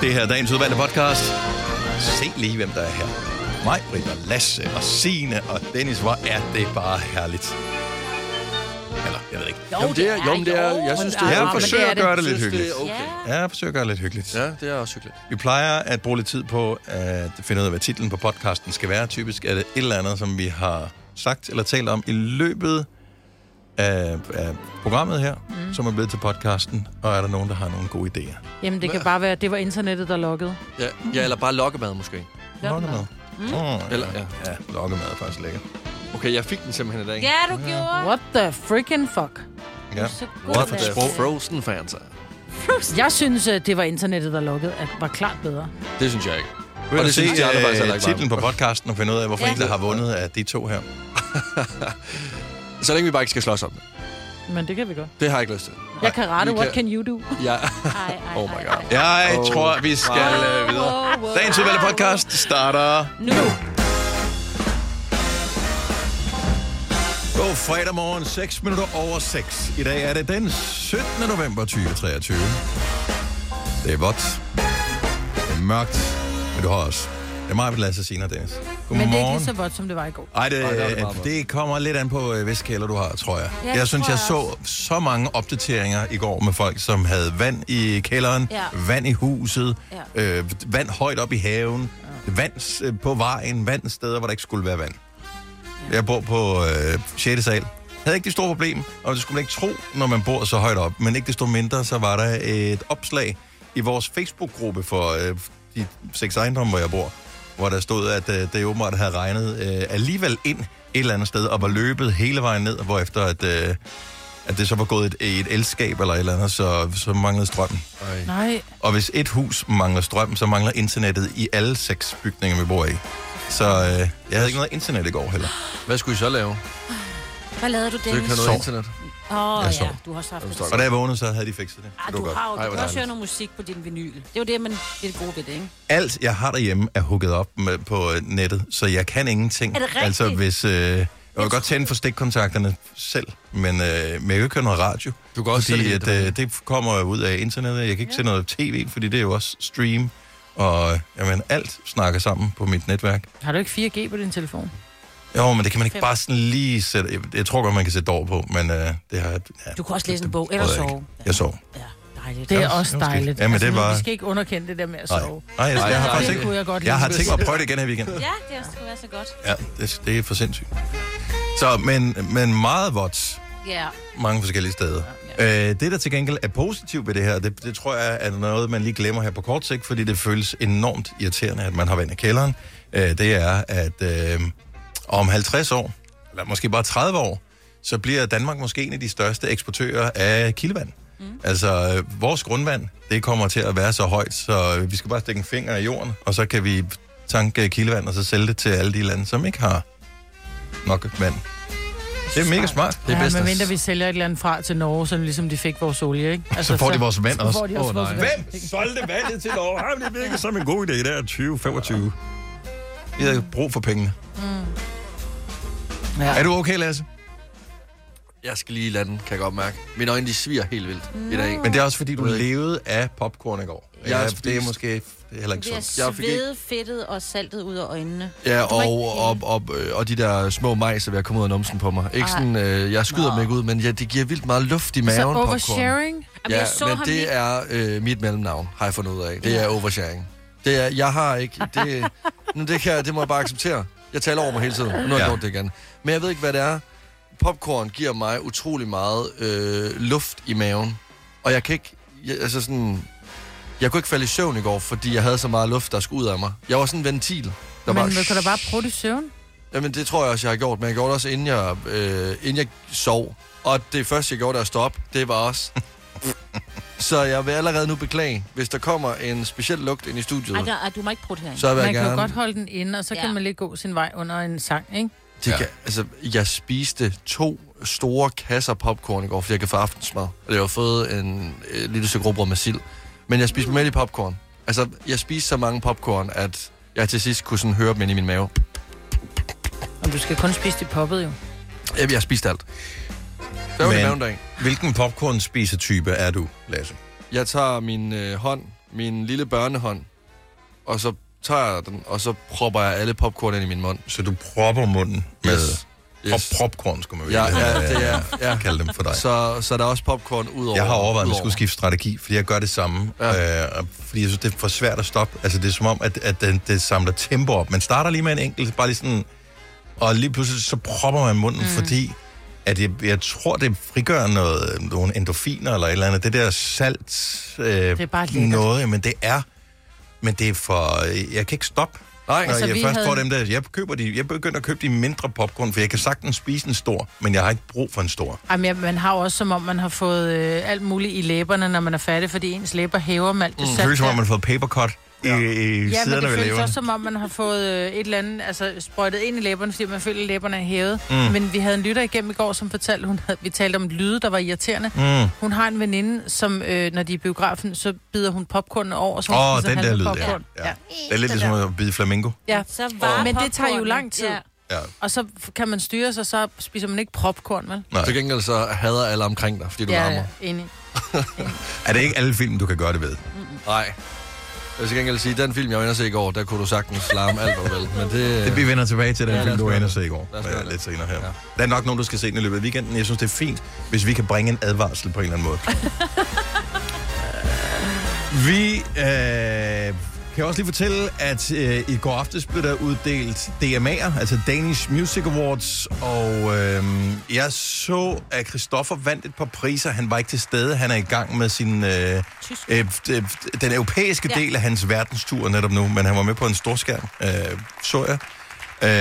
Det her er dagens udvalgte podcast. Se lige, hvem der er her. Mig, Britt og Lasse og Signe og Dennis. Hvor er det bare herligt. Eller, jeg ved ikke. Jo, Jamen, det er, jo, men det er, jeg synes, det Ja, er jeg forsøger at gøre det lidt Jeg synes, hyggeligt. det er okay. Ja, jeg forsøger at gøre det lidt hyggeligt. Ja, det er også hyggeligt. Vi plejer at bruge lidt tid på at finde ud af, hvad titlen på podcasten skal være. Typisk er det et eller andet, som vi har sagt eller talt om i løbet af, af programmet her, mm. som er blevet til podcasten. Og er der nogen, der har nogle gode idéer? Jamen, det kan bare være, at det var internettet, der lukkede. Ja, ja eller bare Ah, lokkemad måske. Lokkemad. Mm. Oh, Eller, eller, ja. ja, lokkemad er faktisk lækker. Okay, jeg fik den simpelthen i dag. Ja, du gjorde. What the freaking fuck? Ja. Så god What for dag. et sprog? The Frozen Fanta. Jeg synes, at det var internettet, der lukkede, at var klart bedre. Det synes jeg ikke. Vil du det se synes de andre faktisk heller øh, ikke var. titlen på podcasten og finde ud af, hvorfor Ja. ja. en, der har vundet af de to her? Så længe vi bare ikke skal slås om det. Men det kan vi godt. Det har jeg ikke lyst til. Jeg kan rette, vi what kan- can you do? Ja. Ej, ej, Oh my god. Jeg Oh. oh. tror, vi skal øh, videre. Wow, wow. Dagens udvalgte podcast starter Nu. God fredag morgen, 6 minutter over 6. I dag er det den 17. november 2023. Det er vådt. Det er mørkt. Men du har også. Det er mig, vi lader sig senere, Dennis. Men det er ikke Godmorgen. lige så vådt, som det var i går. Ej, det, Ej, der er det Ej, det, meget vådt. det kommer lidt an på, øh, hvis kælder du har, tror jeg. Ja, Ja, det jeg synes, tror jeg, jeg så så mange opdateringer i går med folk, som havde vand i kælderen, Ja. vand i huset, øh, vand højt op i haven, vand s- øh, på vejen, vand steder, hvor der ikke skulle være vand. Jeg bor på øh, 6. sal. Havde ikke det store problem, og det skulle man ikke tro, når man bor så højt op. Men ikke desto mindre, så var der et opslag i vores Facebook-gruppe for øh, de seks ejendomme, hvor jeg bor, hvor der stod, at øh, det åbenbart havde regnet øh, alligevel ind et eller andet sted, og var løbet hele vejen ned, hvorefter at, øh, at det så var gået et, et elskab eller et eller andet, så, så manglede strømmen. Nej, Og hvis et hus mangler strøm, så mangler internettet i alle seks bygninger, vi bor i. Så øh, jeg havde ikke noget internet i går heller. Hvad skulle I så lave? Hvad lavede du, Det kan Dennis? noget Sov. internet. Åh, Jeg ja, sov. du har også haft det. Og da jeg vågnede, så havde de fikset det. Ah, det var du godt. har jo, Ej, du hvor kan også dejligt. høre noget musik på din vinyl. Det er jo det, man det er det gode ved det, ikke? Alt, jeg har derhjemme, er hugget op med, på øh, nettet, så jeg kan ingenting. Er det rigtigt? altså, hvis... Øh, jeg vil godt tænde for stikkontakterne selv, men, øh, men jeg kan ikke høre noget radio. Du kan også fordi selv at, hente øh, det kommer jo ud af internettet. Jeg kan ikke ja. se noget tv, fordi det er jo også stream. Og øh, jamen, alt snakker sammen på mit netværk. har du ikke 4G på din telefon? Jo, men det kan man ikke Fem. bare sådan lige sætte... Jeg, jeg tror godt, man kan sætte over på, men øh, det har jeg... Ja, Du kan også læse en det bog, eller prøvede jeg sove. ikke. Jeg sov. Ja, dejligt. Det er Jamen, også det var skidt. dejligt. Altså, Jamen, det nu- var- Vi skal ikke underkende det der med at Nej, sove. Altså, Nej jeg, jeg, har nej, faktisk det Det ikke... kunne jeg godt lide. Jeg har tænkt mig at prøve det igen her weekend. Ja, det skulle være så godt. Ja, det, det er for sindssygt. Så, men, men meget vådt Ja. mange forskellige steder. Øh, det, der til gengæld er positivt ved det her, det, det tror jeg er noget, man lige glemmer her på kort sigt, fordi det føles enormt irriterende, at man har vand i kælderen. Øh, det er, at øh, om 50 år, eller måske bare 30 år, så bliver Danmark måske en af de største eksportører af kildevand. Mm. Altså, øh, vores grundvand, det kommer til at være så højt, så vi skal bare stikke en finger i jorden, og så kan vi tanke kildevand og så sælge det til alle de lande, som ikke har nok vand. Det er mega smart. Det er Ja, bedst. men mindre vi sælger et eller andet fra til Norge, sådan ligesom de fik vores olie, ikke? Altså, får de vores vand så også. Får de også Åh, vores nej. vand. Hvem solgte vandet til Norge? Jamen, det virker som en god idé, der 2025. Vi havde brug for pengene. Mm. Ja. Er du okay, Lasse? Jeg skal lige lande, kan jeg godt mærke. Mine øjne, de sviger helt vildt i dag. Men det er også, fordi du Jeg ved ikke. levede af popcorn i går. Jeg har Ja, det er spist- måske det er heller ikke Det er sundt. Jeg fik ikke- svedet, fedtet og saltet ud af øjnene. Ja, var ikke og, og, og, øh, og de der små majser ved at komme ud af numsen på mig. Ikke Ej. sådan, øh, jeg skyder dem ikke ud, men ja, det giver vildt meget luft i maven. Så popcorn. oversharing? Jamen, Ja, jeg så men ham lige- det er øh, mit mellemnavn, har jeg fundet ud af. Det er oversharing. Det er, jeg har ikke, det, nu, det, kan, jeg- det må jeg bare acceptere. Jeg taler over mig hele tiden, og nu har jeg Ja. gjort det igen. Men jeg ved ikke, hvad det er. Popcorn giver mig utrolig meget øh, luft i maven, og jeg kan ikke, jeg, altså sådan, jeg kunne ikke falde i søvn i går, fordi jeg havde så meget luft, der skulle ud af mig. Jeg var sådan en ventil. Der Men bare, man kan da bare prøve det i søvn? Jamen, det tror jeg også, jeg har gjort, men jeg gjorde det også, inden jeg, øh, inden jeg sov. Og det første, jeg gjorde, da jeg stod op, det var også... så jeg vil allerede nu beklage, hvis der kommer en speciel lugt ind i studiet, Ej, der, ej, du må ikke prutte herinde. så vil jeg Man kan jo gerne... godt holde den inde, og så Ja. kan man lige gå sin vej under en sang, ikke? Det kan, altså, jeg spiste to store kasser popcorn i går, fordi jeg kan få aftensmad. Og jeg har fået en øh, lille stykke råbrød med sild. Men jeg spiste med i popcorn. Altså, jeg spiste så mange popcorn, at jeg til sidst kunne sådan høre dem ind i min mave. Og du skal kun spise det poppet, jo. Jeg, jeg spiste alt. Det var min Men- mavendag. Hvilken popcorn spisetype er du, Lasse? Jeg tager min øh, hånd min lille børnehånd, og så tager jeg den, og så propper jeg alle popcorn ind i min mund. Så du propper munden med yes. Yes. popcorn, skulle man Ja, virkelig, ja, øh, det er, ja. kalde dem for dig. Så, så der er også popcorn ud over. Jeg har overvejet, at vi udover. skulle skifte strategi, fordi jeg gør det samme. Ja. Ja. Øh, og fordi jeg synes, det er for svært at stoppe. Altså, det er som om, at, at den, det samler tempo op. Man starter lige med en enkelt, bare lige sådan... Og lige pludselig, så propper man munden, mm. fordi at jeg, jeg tror, det frigør noget, nogle endorfiner eller et eller andet. Det der salt øh, det er bare lækkert. noget, men det er... Men det er for... Jeg kan ikke stoppe. Nej, Når altså, altså, jeg vi først havde... havde- får dem der, jeg, køber de, jeg begynder at købe de mindre popcorn, for jeg kan sagtens spise en stor, men jeg har ikke brug for en stor. Jamen, ja, man har jo også, som om man har fået øh, alt muligt i læberne, når man er færdig, fordi ens læber hæver med alt det mm. Det føles som om, man har fået papercut i, i Ja, men siderne ved det føles leveren. også, som om man har fået øh, et eller andet, altså sprøjtet ind i læberne, fordi man føler, at læberne er hævet. Mm. Men vi havde en lytter igennem i går, som fortalte, hun havde, vi talte om lyde, der var irriterende. Mm. Hun har en veninde, som øh, når de er i biografen, så bider hun popcornen over, så hun Åh, spiser den der halve lyd, ja. popcorn. ja. Det er lidt ligesom at bide flamingo. ja. Så var Men det tager jo popcornen- lang tid. Ja. Ja, Og så f- kan man styre sig, så spiser man ikke popcorn, vel? nej. Til gengæld så hader alle omkring dig, fordi du ja, larmer. ja, enig. Er det ikke alle film, du kan gøre det ved? Nej. Jeg vil til gengæld sige, den film, jeg var inde og se i går, der kunne du sagtens larme alt, hvad du vil. Men det, øh, Det, vi vender tilbage til den Ja, ja, lad film, os du var gøre inde og det. se i går. Lad os øh, gøre det. Lidt senere her. Ja. Der er nok nogen, du skal se den i løbet af weekenden. Jeg synes, det er fint, hvis vi kan bringe en advarsel på en eller anden måde. vi øh, kan også lige fortælle, at øh, i går aftes blev der uddelt DMA'er, altså Danish Music Awards, og øh, jeg så, at Christoffer vandt et par priser. Han var ikke til stede. Han er i gang med sin... Øh, Tysk. Øh, d- d- den europæiske Ja. del af hans verdenstur netop nu, men han var med på en storskærm, øh, så jeg.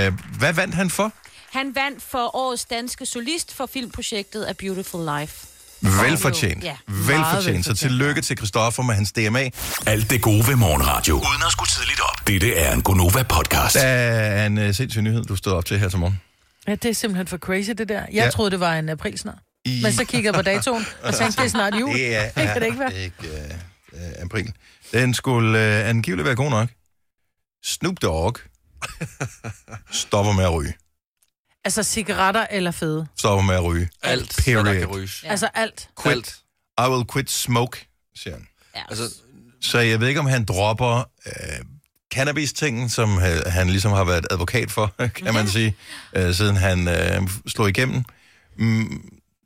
Øh, hvad vandt han for? Han vandt for årets danske solist for filmprojektet A Beautiful Life. Velfortjent. Ja, Velfortjent. Så tillykke til Christoffer med hans DMA. Alt det gode ved morgenradio. Uden at skulle tidligt op. Dette er en Gonova-podcast. Der er en øh, sindssyg nyhed, du stod op til her til morgen. Ja, det er simpelthen for crazy, det der. Jeg Ja. ja. troede, det var en april snart. I- Men så kiggede jeg på datoen, og tænkte, det er snart jul. Det er, det kan det ikke være. Ikke, øh, øh, april. Den skulle øh, angiveligt være god nok. Snoop Dogg stopper med at ryge. Altså cigaretter eller fede. Stopper med at ryge. alt, Period. hvad der kan ryges. Ja. Altså alt. Quit. I will quit smoke, siger han. Ja. Altså, Så jeg ved ikke, om han dropper øh, cannabis-tingen, som øh, han ligesom har været advokat for, kan Mhm. man sige, øh, siden han øh, slog igennem. Mm,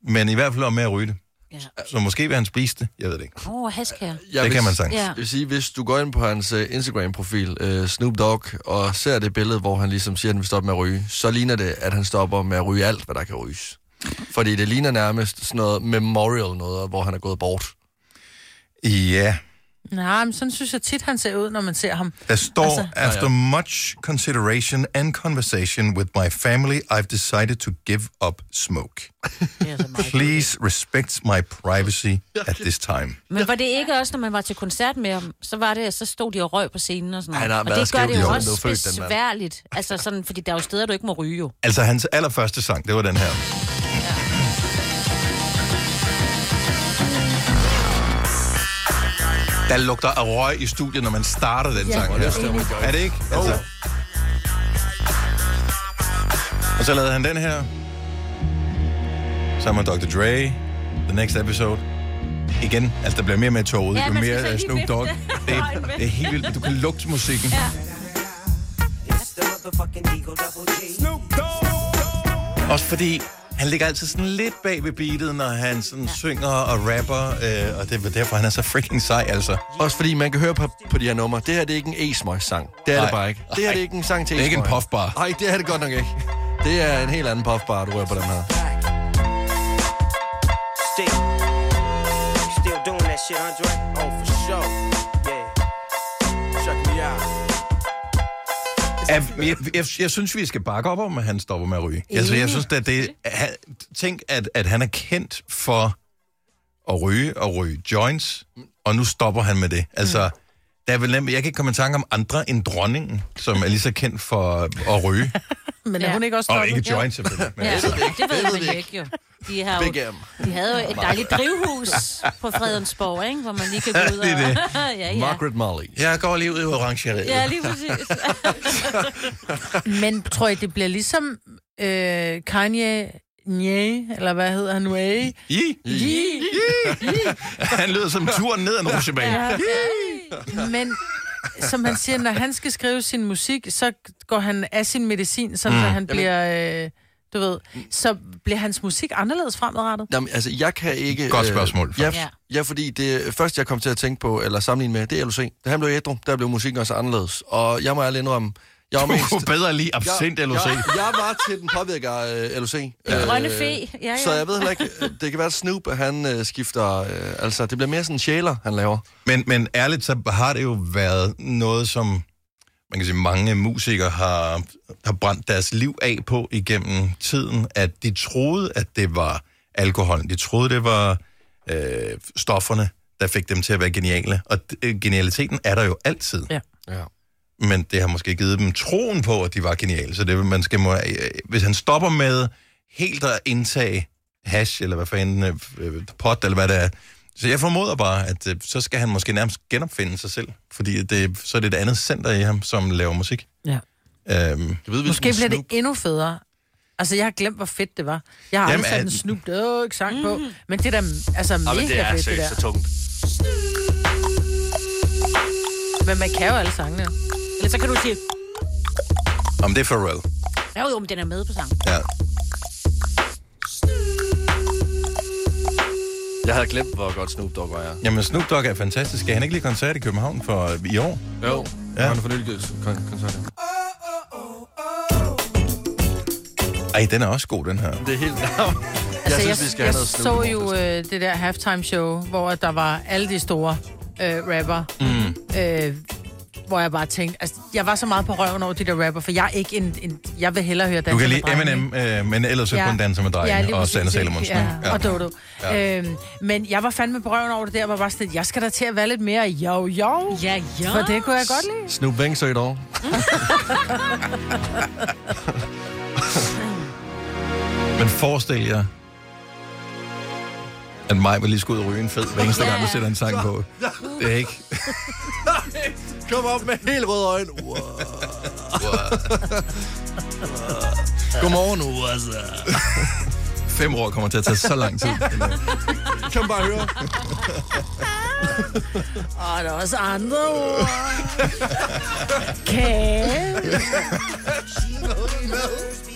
men i hvert fald om med at ryge det. Ja. Så måske vil han spise det, jeg ved det ikke. Åh, oh, hask her. jeg det vil kan man s- sagtens. Ja. Jeg vil sige, hvis du går ind på hans øh, Instagram-profil, øh, Snoop Dogg, og ser det billede, hvor han ligesom siger, at han vil stoppe med at ryge, så ligner det, at han stopper med at ryge alt, hvad der kan ryges. Fordi det ligner nærmest sådan noget memorial noget, hvor han er gået bort. Ja, Nej, men sådan synes jeg tit, han ser ud, når man ser ham. der står, altså, Altså- after ja, ja. much consideration and conversation with my family, I've decided to give up smoke. Det er så meget. Please respect my privacy at this time. Men var det ikke også, når man var til koncert med ham, så var det, så stod de og røg på scenen og sådan Han noget. har og været det gør skæv i det jo hovedet, også du er født, den mand. besværligt. Altså sådan, fordi der er jo steder, du ikke må ryge jo. Altså, hans allerførste sang, det var den her. Der lugter af røg i studiet, når man starter den sang her. Er det ikke? Altså. Og så lavede han den her. Sammen med Dr. Dre. The Next Episode. Igen, altså der bliver mere med toget, Ja, jo man skal mere så øh, lige Snoop vifte. Dogg. Det, Og en det er helt vildt. Du kan lugte musikken. It's the motherfucking Eagle Double G. Også fordi han ligger altid sådan lidt bag ved beatet, når han sådan ja. synger og rapper, øh, og det er derfor, han er så freaking sej, altså. Også fordi man kan høre på, på de her numre, det her det er ikke en E-smøjs-sang. Det er Nej. det bare ikke. Det her det er ikke en sang til Det er ikke en E-smøg. puffbar. Nej, det er det godt nok ikke. Det er en helt anden puffbar, du rører på den her. Still, still doing that shit, Andre. Oh, for sure. Yeah. Check me out. Jeg, jeg, jeg, jeg synes, vi skal bakke op om, at han stopper med at ryge. Altså, jeg synes, at det, han, tænk, at, at han er kendt for at ryge og ryge joints, og nu stopper han med det. Altså, der er vel nemt, jeg kan ikke komme i tanke om andre end dronningen, som er lige så kendt for at ryge. Men er Ja. hun ikke også Og stoppet? ikke joints, selvfølgelig. Men, Ja, altså, det ved man jo ikke jo. De, har jo. Big M. de havde jo et dejligt drivhus på Fredensborg, ikke? hvor man lige kan gå ud og... Det er det. ja, ja. Margaret Molly. jeg går lige ud i orangeriet. Ja, lige præcis. Men tror I, det bliver ligesom øh, Kanye... Nye, eller hvad hedder han? Way. I? Yee. Han lyder som turen ned ad en rutsjebane. Men som han siger, når han skal skrive sin musik, så går han af sin medicin, sådan mm. så han bliver... Øh, du ved, så bliver hans musik anderledes fremadrettet. Jamen, altså, jeg kan ikke... Godt spørgsmål, Øh, faktisk. ja, ja, fordi det første, jeg kom til at tænke på, eller sammenligne med, det er LOC. Da han blev ædru, der blev musikken også anderledes. Og jeg må ærligt indrømme, jeg var Du mest... kunne bedre lige absint LOC. Jeg, jeg var til den påvirker øh, LOC. Den grønne fe. Ja, ja. Så jeg ved heller ikke, øh, det kan være, at Snoop, han øh, skifter... Øh, altså, det bliver mere sådan sjæler, han laver. Men, men ærligt, så har det jo været noget, som man kan sige, mange musikere har, har brændt deres liv af på igennem tiden, at de troede, at det var alkoholen. De troede, det var øh, stofferne, der fik dem til at være geniale. Og øh, genialiteten er der jo altid. Ja. Ja. men det har måske givet dem troen på, at de var geniale. Så det, vil- man skal må, øh, hvis han stopper med helt at indtage hash, eller hvad fanden, øh, øh, pot, eller hvad det er. Så jeg formoder bare, at øh, så skal han måske nærmest genopfinde sig selv, fordi det, så er det et andet center i ham, som laver musik. Ja. Øhm, Jeg ved, Måske bliver det Snoop, endnu federe. Altså, jeg har glemt, hvor fedt det var. Jeg har Jamen, aldrig sat en er- snup øh, ikke sang Mm. på. Men det er da altså, mega det er fedt, det seriøst så der. tungt. Men man kan jo alle sangene. Eller så kan du sige, om det er Pharrell. ja, jo, men den er med på sangen. Ja. Jeg havde glemt, hvor godt Snoop Dogg var, jeg. Jamen, Snoop Dogg er fantastisk. Skal han ikke lige koncert i København for øh, i år? Jo, ja. han har fornyet koncert. Ej, den er også god, den her. Det er helt... jeg Altså, synes, vi skal jeg have noget Snoop. så i jo morgen. øh, det der halftime show, hvor der var alle de store øh, rapper. Mm. Øh, hvor jeg bare tænkte, altså, jeg var så meget på røven over de der rapper, for jeg er ikke en, en jeg vil hellere høre Du danser kan lide med drenge. Eminem, øh, men ellers ja. kun danser med drenge, lige og præcis, Sanne ikke? Salomonsen. Ja, og Dodo. Ja. Øhm, men jeg var fandme på røven over det der, og var bare sådan, jeg skal da til at være lidt mere jo, jo. Ja, ja. For det kunne jeg godt lide. Snoop Bangs og et år. Men forestil jer, at mig vil lige skulle ud og ryge en fed, hver eneste Ja. gang, du sætter en sang på. Det er ikke... Kom op med helt røde øjne. Wow. Godmorgen, altså. USA. Fem år kommer til at tage så lang tid. Kan man bare høre. Og der er også andre ord. Kæft.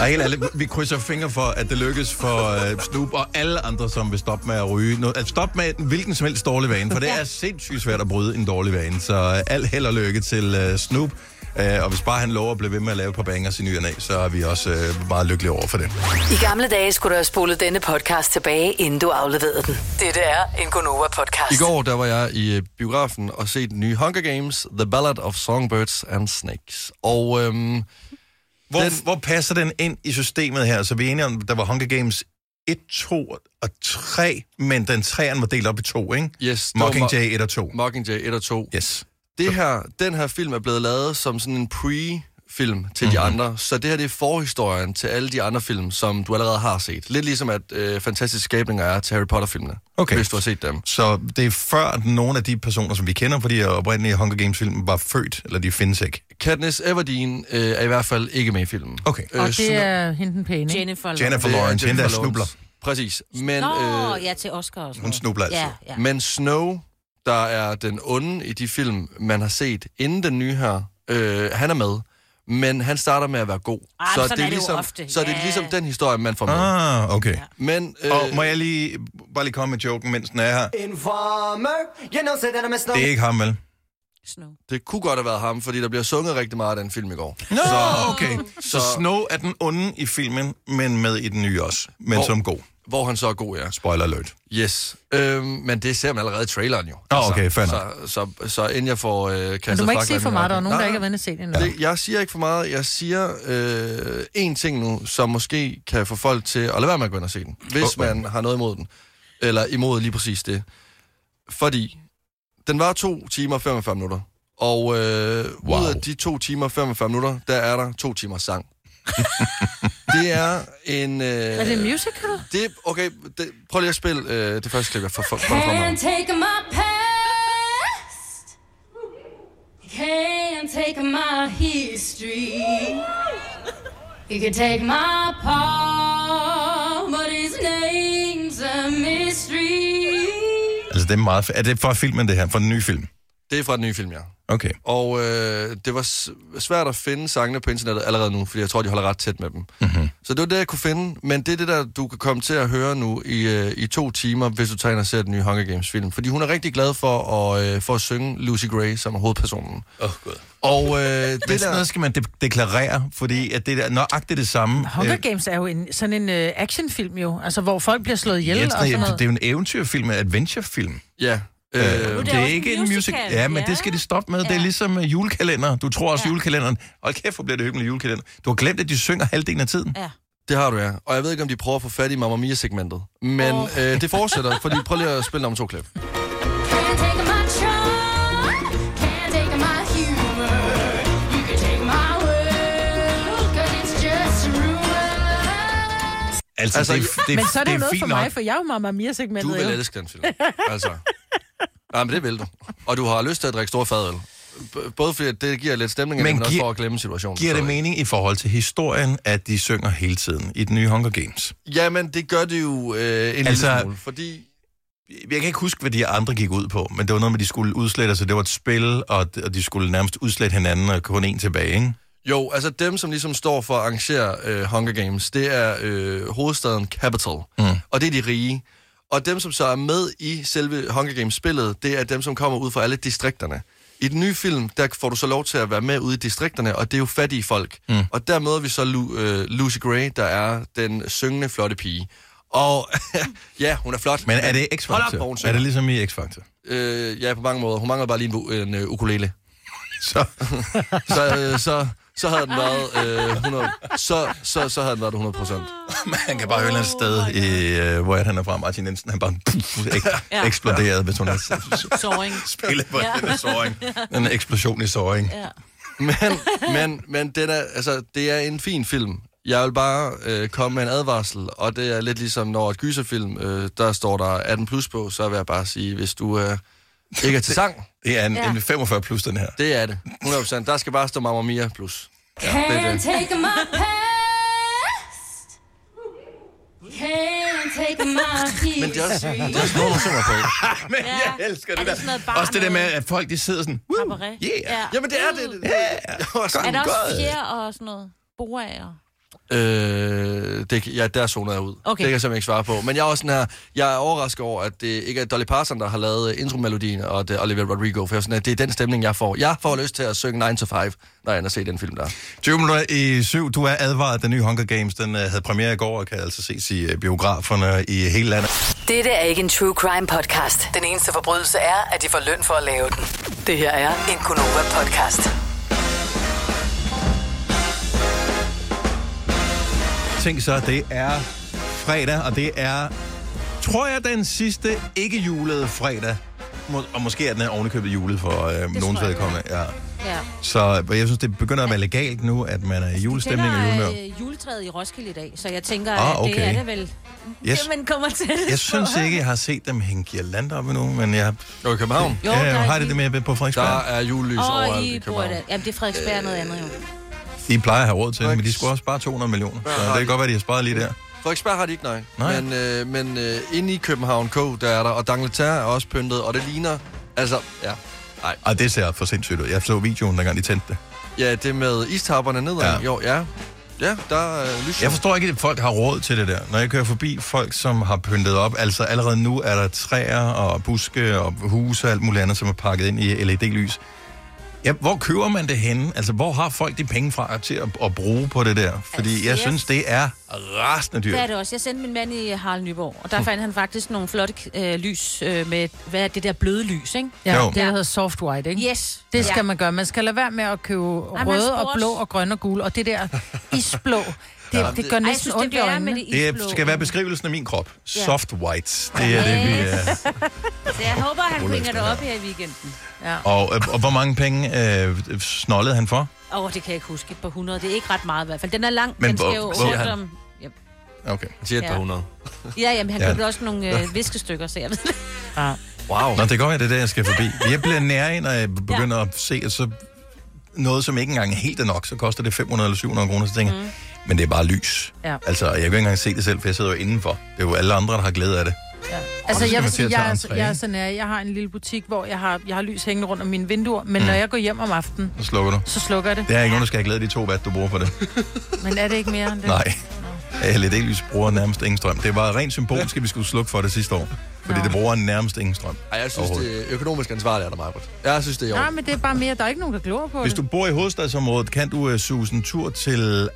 Og helt ærligt, vi krydser fingre for, at det lykkes for uh, Snoop og alle andre, som vil stoppe med at ryge. Noget, at stoppe med hvilken som helst dårlig vane, for det er sindssygt svært at bryde en dårlig vane. Så uh, alt held og lykke til uh, Snoop. Uh, og hvis bare han lover at blive ved med at lave et par bangers i ny og næ, så er vi også uh, meget lykkelige over for det. I gamle dage skulle du have spolet denne podcast tilbage, inden du afleverede den. Dette er en Gonova-podcast. I går, der var jeg i øh, biografen og se den nye Hunger Games, The Ballad of Songbirds and Snakes. Og øhm, Hvor, den... Den- hvor passer den ind i systemet her? Så vi er enige om, der var Hunger Games 1, 2 og 3, men den 3'eren var delt op i to, ikke? yes, der var Mockingjay 1 og 2. Mo- Mockingjay 1 og 2. Yes. Det her, den her film er blevet lavet som sådan en pre-film til Mhm. de andre, så det her det er forhistorien til alle de andre film, som du allerede har set. Lidt ligesom at øh, Fantastiske Skabninger er til Harry Potter-filmene, Okay. hvis du har set dem. Så det er før, at nogle af de personer, som vi kender fra de her oprindelige Hunger Games-film, var født, eller de findes ikke. Katniss Everdeen øh, er i hvert fald ikke med i filmen. Okay. Og det Snoop- er hende den pæne, ikke? Jennifer. Jennifer Det er Lawrence, hende der Jennifer snubler. Lawrence. Præcis. Men, Nå, øh, ja, til Oscar også. Hun snubler altid. Ja, ja. men Snow, der er den onde i de film, man har set inden den nye her, øh, han er med. Men han starter med at være god. Ah, men sådan er det jo ofte. Så det er Ja. ligesom den historie, man får med. Ah, okay. Men, øh, Og må jeg lige, bare lige komme med joken, mens den er her? Informer, you know, say that I'm a snow. Det er ikke ham, vel? Snow. det kunne godt have været ham, fordi der bliver sunget rigtig meget af den film i går. Nå, okay. Så Snow er den onde i filmen, men med i den nye også. Men Hvor- som god. Hvor han så er god, ja. Spoiler alert. Yes. Øhm, men det ser man allerede i traileren jo. Nå, okay, fair Altså, så, så, så, så inden jeg får øh, kastet Men du må ikke fakler i sige for min meget, der er retning. nogen, der Nej, ikke har været inde og set endnu. Det, jeg siger ikke for meget. Jeg siger øh, en ting nu, som måske kan få folk til at lade være med at gå ind og se den, hvis Okay. man har noget imod den. Eller imod lige præcis det. Fordi den var to timer og 45 minutter. Og øh, wow. ud af de to timer og 45 minutter, der er der to timer sang. det er en... Øh, Er det en musical? det, okay, det, prøv lige at spille øh, det første klip, jeg får for, for, for mig. take my past. You can't take my history. You can take my palm, but his name's a mystery. Altså, Altså, det er meget... Er det fra filmen, det her? Fra den nye film? Det er fra den nye film, ja. Okay. Og øh, det var s- svært at finde sangene på internettet allerede nu, fordi jeg tror, de holder ret tæt med dem. Mm-hmm. Så det var det, jeg kunne finde. Men det er det der, du kan komme til at høre nu i, øh, i to timer, hvis du tager ind og ser den nye Hunger Games-film. Fordi hun er rigtig glad for at, øh, for at synge Lucy Gray, som er hovedpersonen. Åh, oh, gud. Og øh, Men det sådan der... noget skal man de- deklarere, fordi at det er nøjagtigt det samme. Hunger Øh, Games er jo en, sådan en øh, actionfilm jo, altså hvor folk bliver slået ihjel ja, og sådan det, noget. det er jo en eventyrfilm, en adventurefilm. Ja. Øh, Øh, det, er er også ikke en en musical. musical. Ja, men det skal Ja. de stoppe med. Ja. Det er Ja. ligesom øh, julekalender. Du tror også ja. julekalenderen. Hold kæft, hvor bliver det hyggelig julekalender. Du har glemt, at de synger halvdelen af tiden. Ja. Det har du, ja. Og jeg ved ikke, om de prøver at få fat i Mamma Mia-segmentet. Men oh. øh, det fortsætter, fordi prøv lige at spille nummer to klip. Can't take my charm, can't take my humor. You can take my world, 'cause it's just a rumor. Altså, Altså, det, ja. det, Men så er det, jo noget fint for mig, for jeg er jo Mamma Mia-segmentet. Du vil jo. elske den film. Altså. Nej, men det vil du. Og du har lyst til at drikke stor fadøl. B- Både fordi at det giver lidt stemning, Men men, men også giver- for at glemme situationen. Giver det Så- mening i forhold til historien, at de synger hele tiden i den nye Hunger Games? Jamen, det gør det jo øh, en Altså- altså... lille smule, fordi... Jeg kan ikke huske, hvad de andre gik ud på, men det var noget med, at de skulle udslette, så det var et spil, og de- og de skulle nærmest udslette hinanden, og kun en tilbage, ikke? Jo, altså dem, som ligesom står for at arrangere øh, Hunger Games, det er øh, hovedstaden Capital, mm. og det er de rige. Og dem, som så er med i selve Hunger Games-spillet, det er dem, som kommer ud fra alle distrikterne. I den nye film, der får du så lov til at være med ude i distrikterne, og det er jo fattige folk. Mm. Og der møder vi så Lu- øh, Lucy Gray, der er den syngende, flotte pige. Og ja, hun er flot. Men er det Hold op, hvor X-Factor? hun Er synger. det ligesom i X-Factor? Øh, ja, på mange måder. Hun mangler bare lige en, vo- en øh, ukulele. Så så, øh, så, så havde den været øh, 100, så, så, så havde den været 100 procent. han kan bare høre et eller andet Oh sted, i, øh, hvor er det, han er fra, Martin Jensen, han bare puff, ek- Ja. eksploderet, hvis hun har Soring. spillet på ja. den der såring. Den eksplosion i såring. Ja. Men, men, men den er, altså, det er en fin film. Jeg vil bare øh, komme med en advarsel, og det er lidt ligesom, når et gyserfilm, øh, der står der 18 plus på, så vil jeg bare sige, hvis du øh, ikke er til sang, Det er en, ja. Ja. en 45 plus, den her. det er det. 100%. Der skal bare stå Mamma Mia plus. Can't det take my past. Can't take my Men det er også, history. det er også nogen, der synger på. Ah, Men Ja. jeg elsker det, Er det sådan noget der. barn- Også det der med, at folk de sidder sådan, Woo, Cabaret. yeah. Ja. Jamen, det er det. det, det. Er der også Godt. fjer og sådan noget? Boager. Øh, det, kan- ja, der zoner jeg ud. Okay. Det kan jeg simpelthen ikke svare på. Men jeg er også sådan her, jeg er overrasket over, at det ikke er Dolly Parton, der har lavet øh, intromelodien, og det er Olivia Rodrigo, for jeg er sådan, at det er den stemning, jeg får. Jeg får lyst til at synge 9 to 5, når jeg ender se den film der. 20 minutter i syv. Du er advaret, den nye Hunger Games, den uh, havde premiere i går, og kan altså ses i uh, biograferne i hele landet. Dette er ikke en true crime podcast. Den eneste forbrydelse er, at de får løn for at lave den. Det her er en Gunova podcast. Tænk så, det er fredag, og det er, tror jeg, den sidste ikke-julede fredag. Må- Og måske er den her ovenikøbet julet for øh, nogens jeg, vedkommende. Ja. Ja. Så jeg synes, det begynder at være legalt nu, at man er i julestemning og tænder, julehumør. Altså, øh, juletræet i Roskilde i dag, så jeg tænker, Ah, ah, okay. at det okay. er det vel. Yes. Det, man kommer til. Jeg synes ikke, jeg har set dem hænge girlander op endnu, men jeg, Jo, i København, Jo, jeg, der jeg er har det de- det med på der Frederiksberg. er julelys Åh, overalt i I bor København. der. Jamen, det er Frederiksberg øh, noget andet jo. De plejer at have råd til det, men de skulle også spare 200 millioner. Så det kan godt være, de har sparet lige der. Frederiksberg har de ikke, nej. Nej. Men, øh, men øh, inde i København K, der er der, og Dangleterre er også pyntet, og det ligner, altså, ja. Ej, det ser for sindssygt ud. Jeg så videoen, dengang de tændte det. Ja, det med istapperne nedad. Ja. Ja. Jo, ja. Ja, der er øh, lys. Jeg forstår ikke, at folk har råd til det der. Når jeg kører forbi folk, som har pyntet op, altså allerede nu er der træer og buske og huse og alt muligt andet, som er pakket ind i LED-lys. Ja, hvor køber man det henne? Altså, hvor har folk de penge fra til at, at bruge på det der? Fordi Altså, jeg jeg- synes, det er rasende dyrt. Hm. Det er det også. Jeg sendte min mand i Harald Nyborg, og der fandt han faktisk nogle flotte øh, lys øh, med, hvad er det der bløde lys, ikke? Ja, Jo. det der hedder soft white, ikke? Yes. Det skal man gøre. Man skal lade være med at købe han røde og spurgte- blå og grønne og gule. Og det der isblå, det, det gør Ej, næsten jeg synes, det ondt i er værre øjnene. med Det... det Det isblå. er- skal være beskrivelsen af min krop. Soft whites. Det er det, vi er. Så jeg håber, han Ruller bringer det efter op her i weekenden. Og, øh, og hvor mange penge øh, snollede han for? Åh, oh, det kan jeg ikke huske. Et par hundrede. Det er ikke ret meget i hvert fald. Den er lang. Men den hvor- skal jo hvor- rundt siger han? om... Ja, Okay. Til et par Ja. hundrede. ja jamen, han Ja. købte også nogle øh, viskestykker, så jeg ved det. Wow. Nå, det kan godt være, det er det, jeg skal forbi. Jeg bliver nær når jeg begynder at se, at så noget, som ikke engang helt er nok, så koster det 500 eller 700 kroner, så Mhm. tænker jeg, mm. men det er bare lys. Ja. Altså, jeg kan ikke engang se det selv, for jeg sidder jo indenfor. Det er jo alle andre, der har glæde af det. Altså, så skal man jeg vil til at sige, jeg, tage entré, er, jeg er ikke? sådan, at jeg har en lille butik, hvor jeg har, jeg har lys hængende rundt om mine vinduer, men mm. når jeg går hjem om aftenen, Så slukker du. så slukker jeg det. Der er ikke nogen, der skal have glæde af de to watt, du bruger på det. Men er det ikke mere end det? Nej. LED-lys bruger nærmest ingen strøm. Det var rent symbolisk, at vi skulle slukke for det sidste år. Fordi Nå. det bruger nærmest ingen strøm. Ej, jeg synes, Overhovedet. det er økonomisk ansvarligt af dig, Majbert. Jeg synes, det er i Nej, orden. men det er bare mere, der er ikke nogen, der glor på Hvis det. du bor i hovedstadsområdet, kan du uh, suge en tur til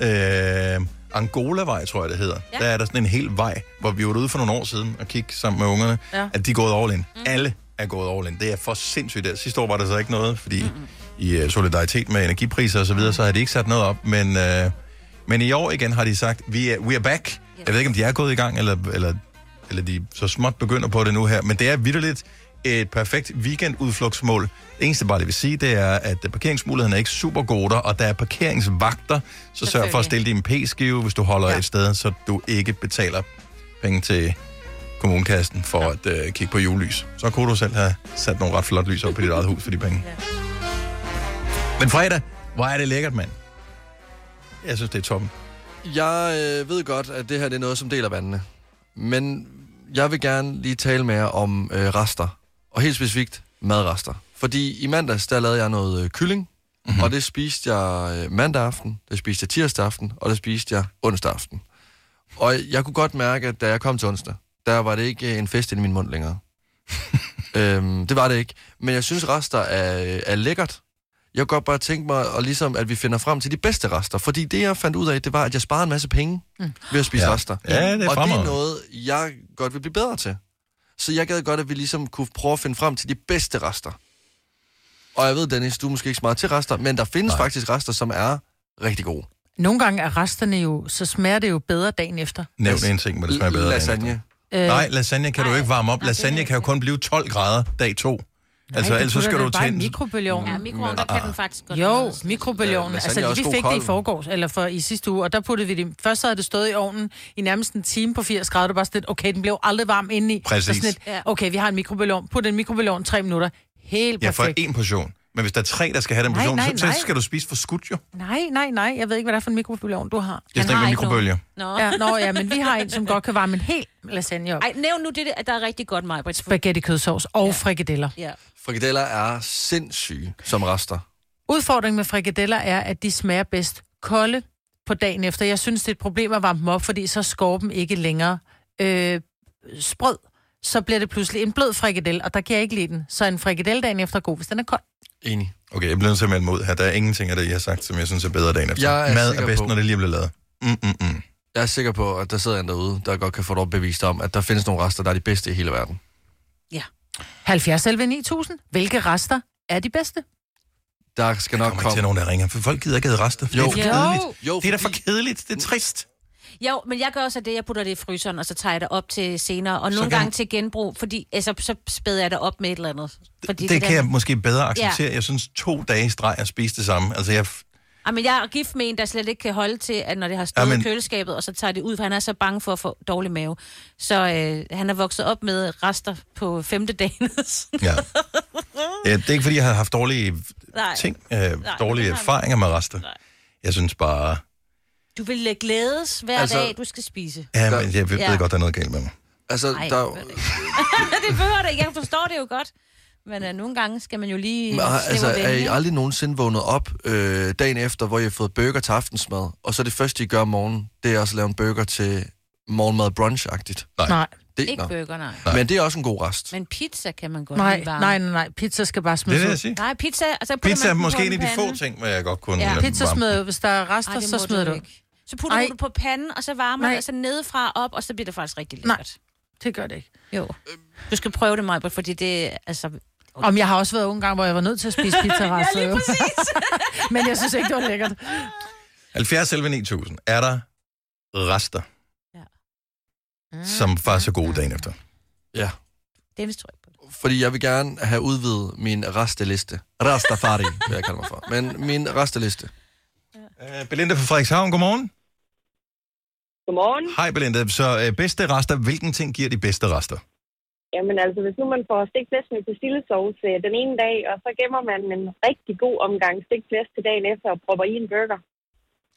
Amager. Uh, Angolavej, tror jeg, det hedder. Ja. Der er der sådan en hel vej, hvor vi var ude for nogle år siden og kigge sammen med ungerne, ja. Ja. at de er gået all in. Mm. Alle er gået all in. Det er for sindssygt der. Sidste år var der så ikke noget, fordi mm. i uh, solidaritet med energipriser og så videre, så har de ikke sat noget op. Men, uh, men i år igen har de sagt, vi er, we are back. Yes. Jeg ved ikke, om de er gået i gang, eller, eller, eller de så småt begynder på det nu her. Men det er vidderligt et perfekt weekendudflugtsmål. Det eneste bare, det vil sige, det er, at parkeringsmulighederne er ikke super gode der, og der er parkeringsvagter, så sørg for at Selvfølgelig. stille din p-skive, hvis du holder ja. et sted, så du ikke betaler penge til kommunekassen for ja. at øh, kigge på julelys. Så kunne du selv have sat nogle ret flotte lys op på dit eget hus for de penge. Ja. Men fredag, hvor er det lækkert, mand. Jeg synes, det er toppen. Jeg øh, ved godt, at det her det er noget, som deler vandene. Men jeg vil gerne lige tale med jer om øh, rester. Og helt specifikt madrester. Fordi i mandags, der lavede jeg noget øh, kylling. Mm-hmm. Og det spiste jeg øh, mandag aften, det spiste jeg tirsdag aften, og det spiste jeg onsdag aften. Og jeg kunne godt mærke, at da jeg kom til onsdag, der var det ikke øh, en fest inde i min mund længere. øhm, det var det ikke. Men jeg synes, rester er, er lækkert. Jeg kunne godt bare tænke mig, og ligesom, at vi finder frem til de bedste rester. Fordi det, jeg fandt ud af, det var, at jeg sparer en masse penge mm. ved at spise Ja. rester. Ja, det er og det er fremragende. noget, jeg godt vil blive bedre til. Så jeg gad godt, at vi ligesom kunne prøve at finde frem til de bedste rester. Og jeg ved, Dennis, du er måske ikke så meget til rester, men der findes Nej. faktisk rester, som er rigtig gode. Nogle gange er resterne jo, så smager det jo bedre dagen efter. Nævn en ting, hvor det smager bedre. end andet. Lasagne. Øh, Nej, lasagne kan du ikke varme op. Lasagne kan jo kun blive 12 grader dag to. Altså, det ellers så putter skal da du bare i tænde... Ah. mikrobølgeovnen. Ja, mikroovnen, der kan den faktisk godt Jo, lades. mikrobølgeovnen. Ja, lasagne er altså, også vi god fik det i kold. forgårs, eller for i sidste uge, og der puttede vi det. Først så havde det stået i ovnen i nærmest en time på 80 grader. Det var sådan lidt, okay, den blev aldrig varm indeni. Præcis. Så sådan lidt, okay, vi har en mikrobølgeovn. Put den i mikrobølgeovnen tre minutter. Helt Ja, for perfekt. én portion. Men hvis der er tre, der skal have den Nej, portion, nej, så, så nej. skal du spise for skudt, jo. Nej, nej, nej. Jeg ved ikke, hvad det er for en mikrobølgeovn, du har. Det er sådan en med ikke nogen. mikrobølger. Nå. Ja, nå, ja, men vi har en, som godt kan varme en hel lasagne op. Ej, nævn nu det, der- der er rigtig godt, Majbrit. Spaghetti kødsovs og ja. frikadeller. Ja. Frikadeller er sindssyge som rester. Udfordringen med frikadeller er, at de smager bedst kolde på dagen efter. Jeg synes, det er et problem at varme dem op, fordi så skår dem ikke længere øh, sprød. Så bliver det pludselig en blød frikadelle, og der kan jeg ikke lide den. Så en frikadelle dagen efter er god, hvis den er kold. Enig. Okay, jeg bliver nødt til at melde mod her. Der er ingenting af det, jeg har sagt, som jeg synes er bedre dagen efter. Jeg er Mad er sikker bedst, på- når det lige bliver lavet. Mm, mm, mm. Jeg er sikker på, at der sidder en derude, der godt kan få dig bevist om, at der findes nogle rester, der er de bedste i hele verden. 70 11 9000. Hvilke rester er de bedste? Der skal Der nok kommer ikke til komme... nogen, der ringer, for folk gider ikke have rester. for Jo. Det er for kedeligt. Jo, Det er da for fordi- kedeligt. Det er trist. Jo, men jeg gør også det, jeg putter det i fryseren, og så tager jeg det op til senere, og Så nogle kan- gange til genbrug, fordi altså, så spæder jeg det op med et eller andet. Fordi Det kan der- jeg måske bedre acceptere. Jeg synes, to dage i streg at spise det samme. Altså, jeg... Ej, men jeg er gift med en, der slet ikke kan holde til, at når det har stået Ja, men- i køleskabet, og så tager det ud, for han er så bange for at få dårlig mave. Så øh, han er vokset op med rester på femte dagen. Ja. ja. Det er ikke, fordi jeg har haft dårlige Nej. ting, øh, Nej, dårlige det har du erfaringer med rester. Nej. Jeg synes bare... du vil øh, glædes hver Altså- altså... dag, du skal spise. Ja, Der- men jeg ved Ja. ja. godt, der er noget galt med mig. Altså, Ej, der, det behøver det behøver det ikke. Jeg forstår det jo godt. Men øh, nogle gange skal man jo lige... Men, snævre altså, er vælge, I ikke? aldrig nogensinde vågnet op øh, dagen efter, hvor I har fået burger til aftensmad, og så det første, I gør om morgenen, det er også at lave en burger til morgenmad brunch-agtigt? Nej. Nej, Det, Ikke nå. burger, nej. Men det er også en god rest. Men pizza kan man godt nej, lide varm. nej, nej, nej. Pizza skal bare Det er smides det, ud. jeg siger. Nej, pizza... Altså, putter Pizza man er den på måske en en af de pande. få ting, hvor jeg godt kunne... Ja. øh, Pizza varme. smider, hvis der er rester, Ej, det så må smider du du ikke. ikke. Så putter Ej. du det på panden, og så varmer Nej. det, og så nedefra og op, og så bliver det faktisk rigtig Nej. lækkert. Det gør det ikke. Jo. Du skal prøve det, Maja, fordi det altså... Om jeg har også været unge gang, hvor jeg var nødt til at spise pizzarester. ja, Men jeg synes ikke, det var lækkert. 70 11 9000. Er der rester, Mm. som faktisk er gode dagen efter? Ja. Dennis tror ikke på det. Fordi jeg vil gerne have udvidet min resteliste. Rastafari, vil jeg kalde mig for. Men min resteliste. Øh, Belinda fra Frederikshavn, godmorgen. Godmorgen. Hej Belinda. Så øh, bedste rester, hvilken ting giver de bedste rester? Jamen altså, hvis nu man får stegt flæsk med persillesauce øh, den ene dag, og så gemmer man en rigtig god omgang stegt flæsk til dagen efter og propper i en burger.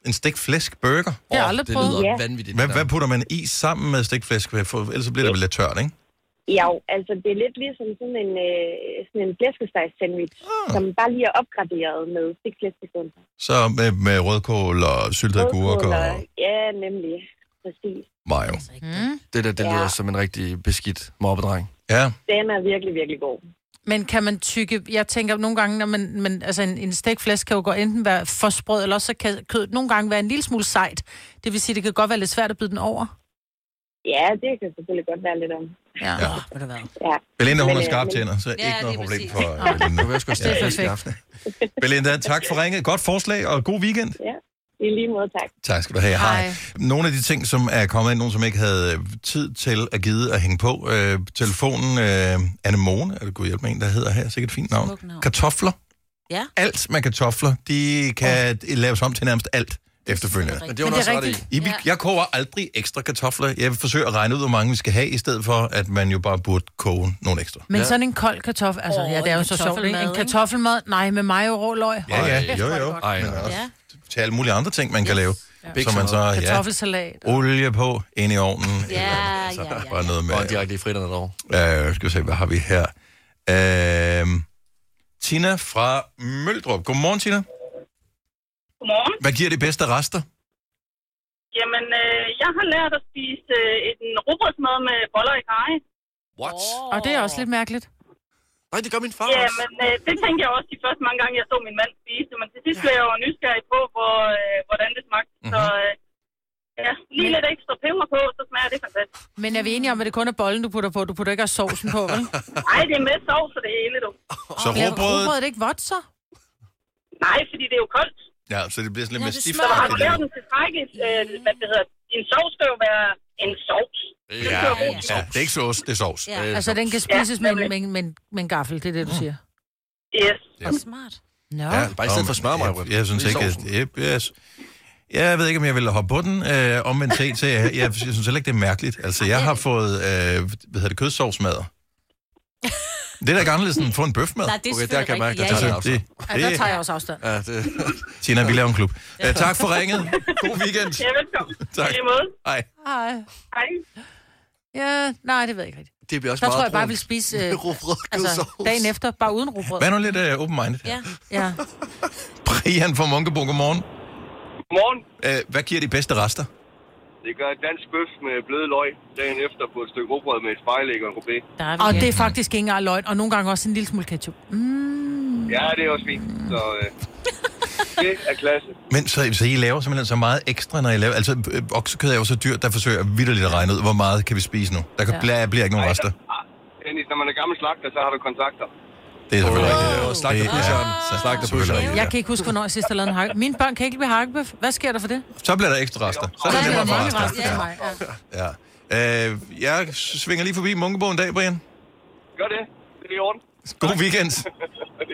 En stegt flæsk burger. Det har jeg Åh, aldrig det prøvet. lyder Ja. vanvittigt. Hvad, det hvad der. putter man i sammen med stegt flæsk? For ellers så bliver det vel lidt tørt, ikke? Ja, altså det er lidt ligesom sådan en, øh, sådan en flæskesteg sandwich, ah. som bare lige er opgraderet med stik flæskesteg. Så med, med rødkål og syltet agurk og Ja, nemlig. Præcis. mayo. Altså Det der, det Ja. lyder som en rigtig beskidt mobbedreng. Ja, Den er virkelig, virkelig god. Men kan man tykke... Jeg tænker nogle gange, når man, men, altså en, en stegflæsk kan jo gå enten være for sprød, eller også så kan kødet nogle gange være en lille smule sejt. Det vil sige, det kan godt være lidt svært at byde den over. Ja, det kan selvfølgelig godt være lidt om. Ja. Ja. ja. Ved du hvad? Ja. Belinda, hun Men, har øh, skarpe men- tænder, så Ja, ikke noget lige problem præcis. for Nej. øh, Belinda. Du vil også gå Ja. stille perfekt. i aften. Belinda, tak for ringet. Godt forslag, og god weekend. I lige måde, tak. Tak skal du have. Hej. Hej. Nogle af de ting, som er kommet ind, nogen som ikke havde øh, tid til at gide at hænge på. Øh, telefonen, øh, Anne Mogen, eller kunne hjælpe med en, der hedder her, sikkert et fint navn. Smukt navn. Kartofler. Ja. Alt med kartofler, de kan oh. laves om til nærmest alt efterfølgende. Men det var Men det også er ret i. rigtigt. I, ja. Jeg koger aldrig ekstra kartofler. Jeg vil forsøge at regne ud, hvor mange vi skal have, i stedet for, at man jo bare burde koge nogle ekstra. Men Ja. sådan en kold kartoffel... Altså, Åh, ja, det er jo en så sjovt, ikke? kartoffelmad, En ikke? kartoffelmad, nej, med mig og rå løg. Ja, ja, Ej. jo, jo. Ej, Men også Ja. til alle mulige andre ting, man kan lave. Ja. Big Så man så, salad. ja, Kartoffelsalat. olie på, ind i ovnen. Ja, eller- Ah, ja, ja, ja. Altså, Bare noget med, Og direkte i fritterne derovre. Øh, skal vi se, hvad har vi her? Øh, Tina fra Møldrup. Godmorgen, Tina. Godmorgen. Hvad giver det bedste rester? Jamen, øh, jeg har lært at spise øh, en robotsmad med boller i kaj. What? Og Ah, det er også lidt mærkeligt. Nej, det gør min far Ja, også. men øh, det tænkte jeg også de første mange gange, jeg så min mand spise det, men til sidst blev jeg jo nysgerrig på, hvor, øh, hvordan det smagte. Mhm. Mm-hmm. Så øh, ja, lige lidt ekstra peber på, så smager det fantastisk. Men er vi enige om, at det kun er bollen, du putter på? Du putter ikke også sovsen på, vel? Ej, det er med sovs og det hele, du. Så Bliver råbrødet... rugbrødet ikke vådt, så? Nej, fordi det er jo koldt. Ja, så det bliver sådan lidt Nå, mere det stift. Så smager- har du lavet den til trække, øh, hvad det hedder, din sovs skal jo være en sovs. Ja, ja, det er ikke sauce, det er sovs. Ja. Øh, Altså, den kan Ja, spises med, en- nemlig. med, en- med, en- med en gaffel, det er det, du siger. Yes. Ja. Smart. Nå. Ja, Bare i stedet for smør, Maja. Jeg, jeg synes Det er ikke, sovsen. at... Jeg, jeg, jeg ved ikke, om jeg ville hoppe på den. Øh, omvendt set, så jeg, jeg, jeg synes heller ikke, det er mærkeligt. Altså, jeg har fået, øh, hvad hedder det, kødsovsmadder. Det er da ikke anderledes end at få en bøfmad. Nej, det er Okay, der kan jeg mærke, rigtigt. at Ja, der ja. Altså, det, Ja, der det, tager jeg også afstand. Ja, det... Tina, vi laver en klub. Uh, tak for ringet. God weekend. Ja, velkommen. Tak. I lige måde. Hej. Hej. Hej. Ja, nej, det ved jeg ikke rigtigt. Det bliver også Der meget tror jeg bare, jeg vil brunt. spise Med øh, rugbrød og altså, kødsovs. dagen efter, bare uden rugbrød. Vær nu lidt uh, open-minded. Ja. Ja. Ja. Brian fra Munkebo, godmorgen. Godmorgen. Uh, hvad giver de bedste rester? Det gør et dansk bøf med bløde løg dagen efter på et stykke råbrød med et spejlæg og en rubé. Der er vi Og igen. det er faktisk ikke engang løgn, og nogle gange også en lille smule ketchup. Mm, Ja, det er også fint. Så øh, det er klasse. Men så, så I laver simpelthen så meget ekstra, når I laver... Altså, øh, oksekød er jo så dyrt, der forsøger jeg vitterligt at regne ud, hvor meget kan vi spise nu. Der kan, Ja. ja. bliver ikke nogen rester. Ah, Dennis, når man er gammel slagter, så har du kontakter. Det er selvfølgelig Åh. rigtigt. Åh, slagter Det er pusheren. så- Slagter selvfølgelig pusheren. rigtigt, Jeg kan ikke huske, hvornår jeg sidst har lavet en hakke. Mine børn kan ikke lide hakkebøf. Hvad sker der for det? ja. Så bliver der ekstra rester. Så er Der det er nemmere for mange rester. rester. Ja. altså- ja. Uh, jeg svinger lige forbi Munkebo en dag, Brian. Gør det. Det er i orden. God weekend. Det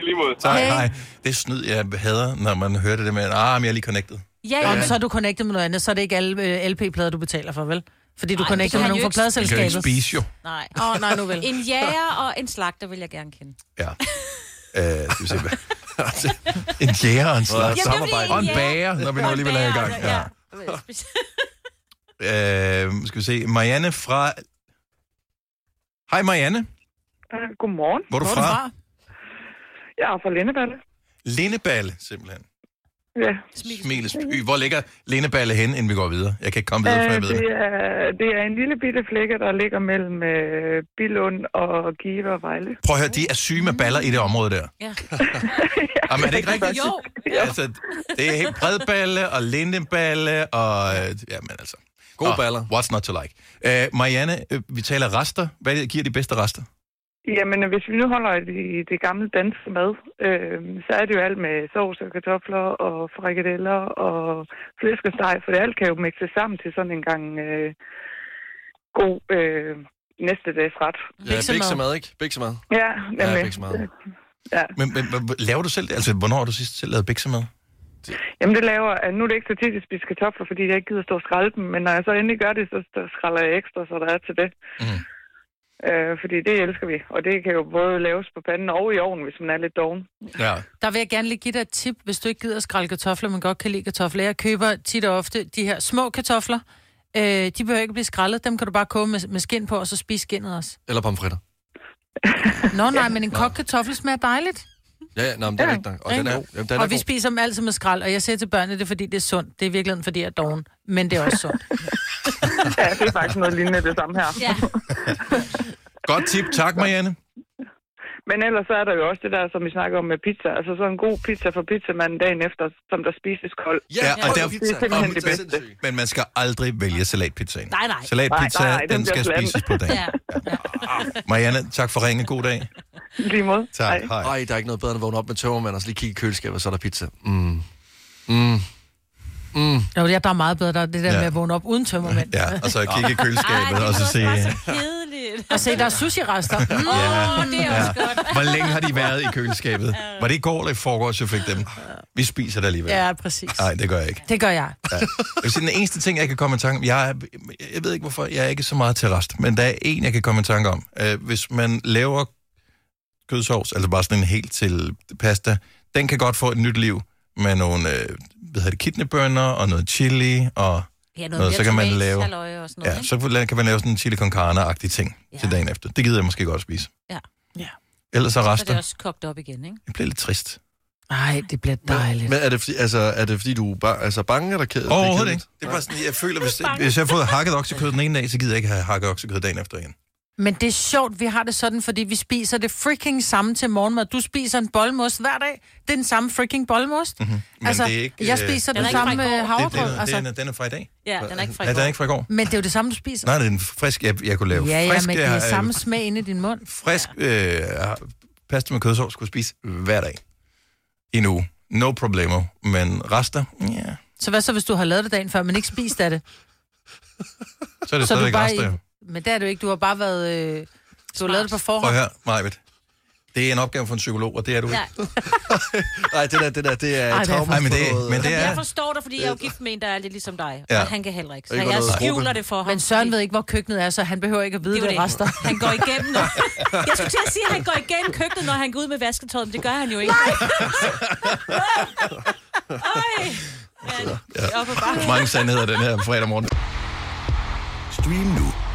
er lige mod. Tak. Hej. Hej. Det er snyd, jeg hader, når man hører det der med, ah, men jeg er lige connected. Ja, ja. Og så er du connectet med noget andet, så er det ikke alle øh, LP-plader, du betaler for, vel? Fordi du er Ej, connectet det med kan nogen han jo fra Man ikke- kan jo ikke pladeselskabet. spise jo. Nej. Åh, oh, nej, nu vel. En jæger og en slagter vil jeg gerne kende. Ja. Øh, skal vi se, hvad? Altså, en jæger og en slags Jamen, jeg vil samarbejde. en Og en jæger. bager, når vi nu alligevel er i gang. Ja. Øh, skal vi se. Marianne fra... Hej Marianne. Øh, Godmorgen. Hvor er du Hvor er du fra? fra? Jeg er fra Lindeballe. Lindeballe, simpelthen. Ja. Smiles by. Hvor ligger Lindeballe hen, inden vi går videre? Jeg kan ikke komme videre, før jeg ved Øh, det. er, Øh, det er en lille bitte flække, der ligger mellem øh, Bilund og Give og Vejle. Prøv at høre, de er syge med baller i det område der. Ja. Jamen, er det ikke rigtigt? Jo. Altså, det er helt bredballe og lindeballe og... øh, Jamen altså. Gode Nå, baller. What's not to like? Uh, Marianne, øh, vi taler rester. Hvad giver de bedste rester? Jamen, øh, hvis vi nu holder i det, det gamle danske mad, øh, så er det jo alt med sovs og kartofler og frikadeller og flæskesteg, for det alt kan jo mixe sammen til sådan en gang øh, god øh, næste dags ret. Ja, Biksemad. biksemad, ikke? Biksemad. Ja, Ja, nemlig. biksemad. Men, men hvad- hvad- laver du selv det? Altså, hvornår har du sidst selv lavet biksemad? Jamen, det laver, at nu er det ikke så tit, at jeg spiser kartofler, fordi jeg ikke gider stå og skrælle dem, men når jeg så endelig gør det, så så skræller jeg ekstra, så der er til det. Mm. Øh, fordi det elsker vi, og det kan jo både laves på panden og i ovnen, hvis man er lidt doven. Ja. Der vil jeg gerne lige give dig et tip, hvis du ikke gider at skrælle kartofler, men godt kan lide kartofler. Jeg køber tit og ofte de her små kartofler, Øh, de behøver ikke blive skrællet. Dem kan du bare koge med, med skin på, og så spise skinnet også. Eller pomfritter. Nå nej, men en kogt kartoffel smager dejligt. Ja, ja, nej, men det er Ja. rigtigt. nok. Og den er god. Jamen, den er og vi god. spiser dem altid med skrald, og jeg siger til børnene, det er fordi, det er sundt. Det er i virkeligheden, fordi jeg er doven. Men det er også sundt. Ja, det er faktisk noget lignende det samme her. Ja. Godt tip. Tak, Marianne. Men ellers så er der jo også det der, som vi snakker om med pizza. Altså sådan en god pizza for pizzamanden dagen efter, som der spises kold. og det der, er simpelthen det bedste. Men man skal aldrig vælge salatpizzaen. Nej, nej. Salatpizza, Nej, nej, den den skal bliver spises på glemt. dagen. Marianne, tak for ringen. God dag. Lige måde. Tak. Hej. Ej, der er ikke noget bedre end at vågne op med tømmermand og så lige kigge i køleskabet, og så er der pizza. Mm. Mm. Mm. Nå, jeg, der er meget bedre, der er det der Ja. ja. med at vågne op uden tømmermænd. Ja, og så kigge i køleskabet, og så se... Og se, der er sushi-rester. Åh, mm, Ja. ja. det er også Ja. godt. Hvor længe har de været i køleskabet? Var det i går eller i forgårs, jeg fik dem? Vi spiser det alligevel. Ja, præcis. Nej, det gør jeg ikke. Det gør jeg. Ja. Jeg vil sige, den eneste ting, jeg kan komme i tanke om, jeg, er, jeg ved ikke hvorfor, jeg er ikke så meget til rest, men der er en, jeg kan komme i tanke om. Øh, hvis man laver kødsovs, altså bare sådan en helt til pasta, den kan godt få et nyt liv med nogle øh, hvad hedder det, kidneybønner og noget chili og Ja, noget noget, mere så kan man tomat, lave, halløj og sådan noget, ja, så kan man lave sådan en chili con carne-agtig ting ja. til dagen efter. Det gider jeg måske godt spise. Ja. ja. Ellers så Så er rester. det også kogt op igen, ikke? Det bliver lidt trist. Nej, det bliver dejligt. Men er det fordi, altså, er det fordi du er bare, altså, bange eller ked? Overhovedet ikke. Det er bare sådan, jeg føler, hvis, hvis jeg har fået hakket oksekød den ene dag, så gider jeg ikke have hakket oksekød dagen efter igen. Men det er sjovt, vi har det sådan, fordi vi spiser det freaking samme til morgenmad. Du spiser en bolmost hver dag. Det er den samme freaking bolmost. Mm-hmm. Mhm. Men det er ikke, jeg øh, spiser Den den, er ikke fra samme i går. øh, havregrød. Det- den er- altså. den er- den er fra i dag. Ja, den er ikke fra i Ja, går. den er ikke fra i går. Men det er jo det samme, du spiser. Nej, det er den frisk. Jeg, jeg kunne lave ja, ja, frisk, men det er øh, samme smag inde i din mund. frisk øh, pasta med kødsovs skulle spise hver dag. I en uge. No problemo. Men rester, ja. Så hvad så, hvis du har lavet det dagen før, men ikke spist af det? Så er det så stadigvæk bare rester. jo. I... Men det er du ikke. Du har bare været... Øh... Du har lavet det på Prøv forhånd. her, Majbet. Det er en opgave for en psykolog, og det er du ikke. Nej, det der, det der, det Ej, det er traume Nej, men det, for noget. men det Jeg er... forstår dig, fordi jeg er jo gift med en, der er lidt ligesom dig. Ja. Og han kan heller ikke. Så Ikke jeg noget at råbe. skjuler det for ham. Men Søren ved ikke, hvor køkkenet er, så han behøver ikke at vide, Det er det, jo det det. rester. Han går igennem nu. Jeg skulle til at sige, at han går igennem køkkenet, når han går ud med vasketøjet, men det gør han jo ikke. Nej! Øj! Ja. Op ad bakke. Mange sandheder den her fredag morgen. Stream nu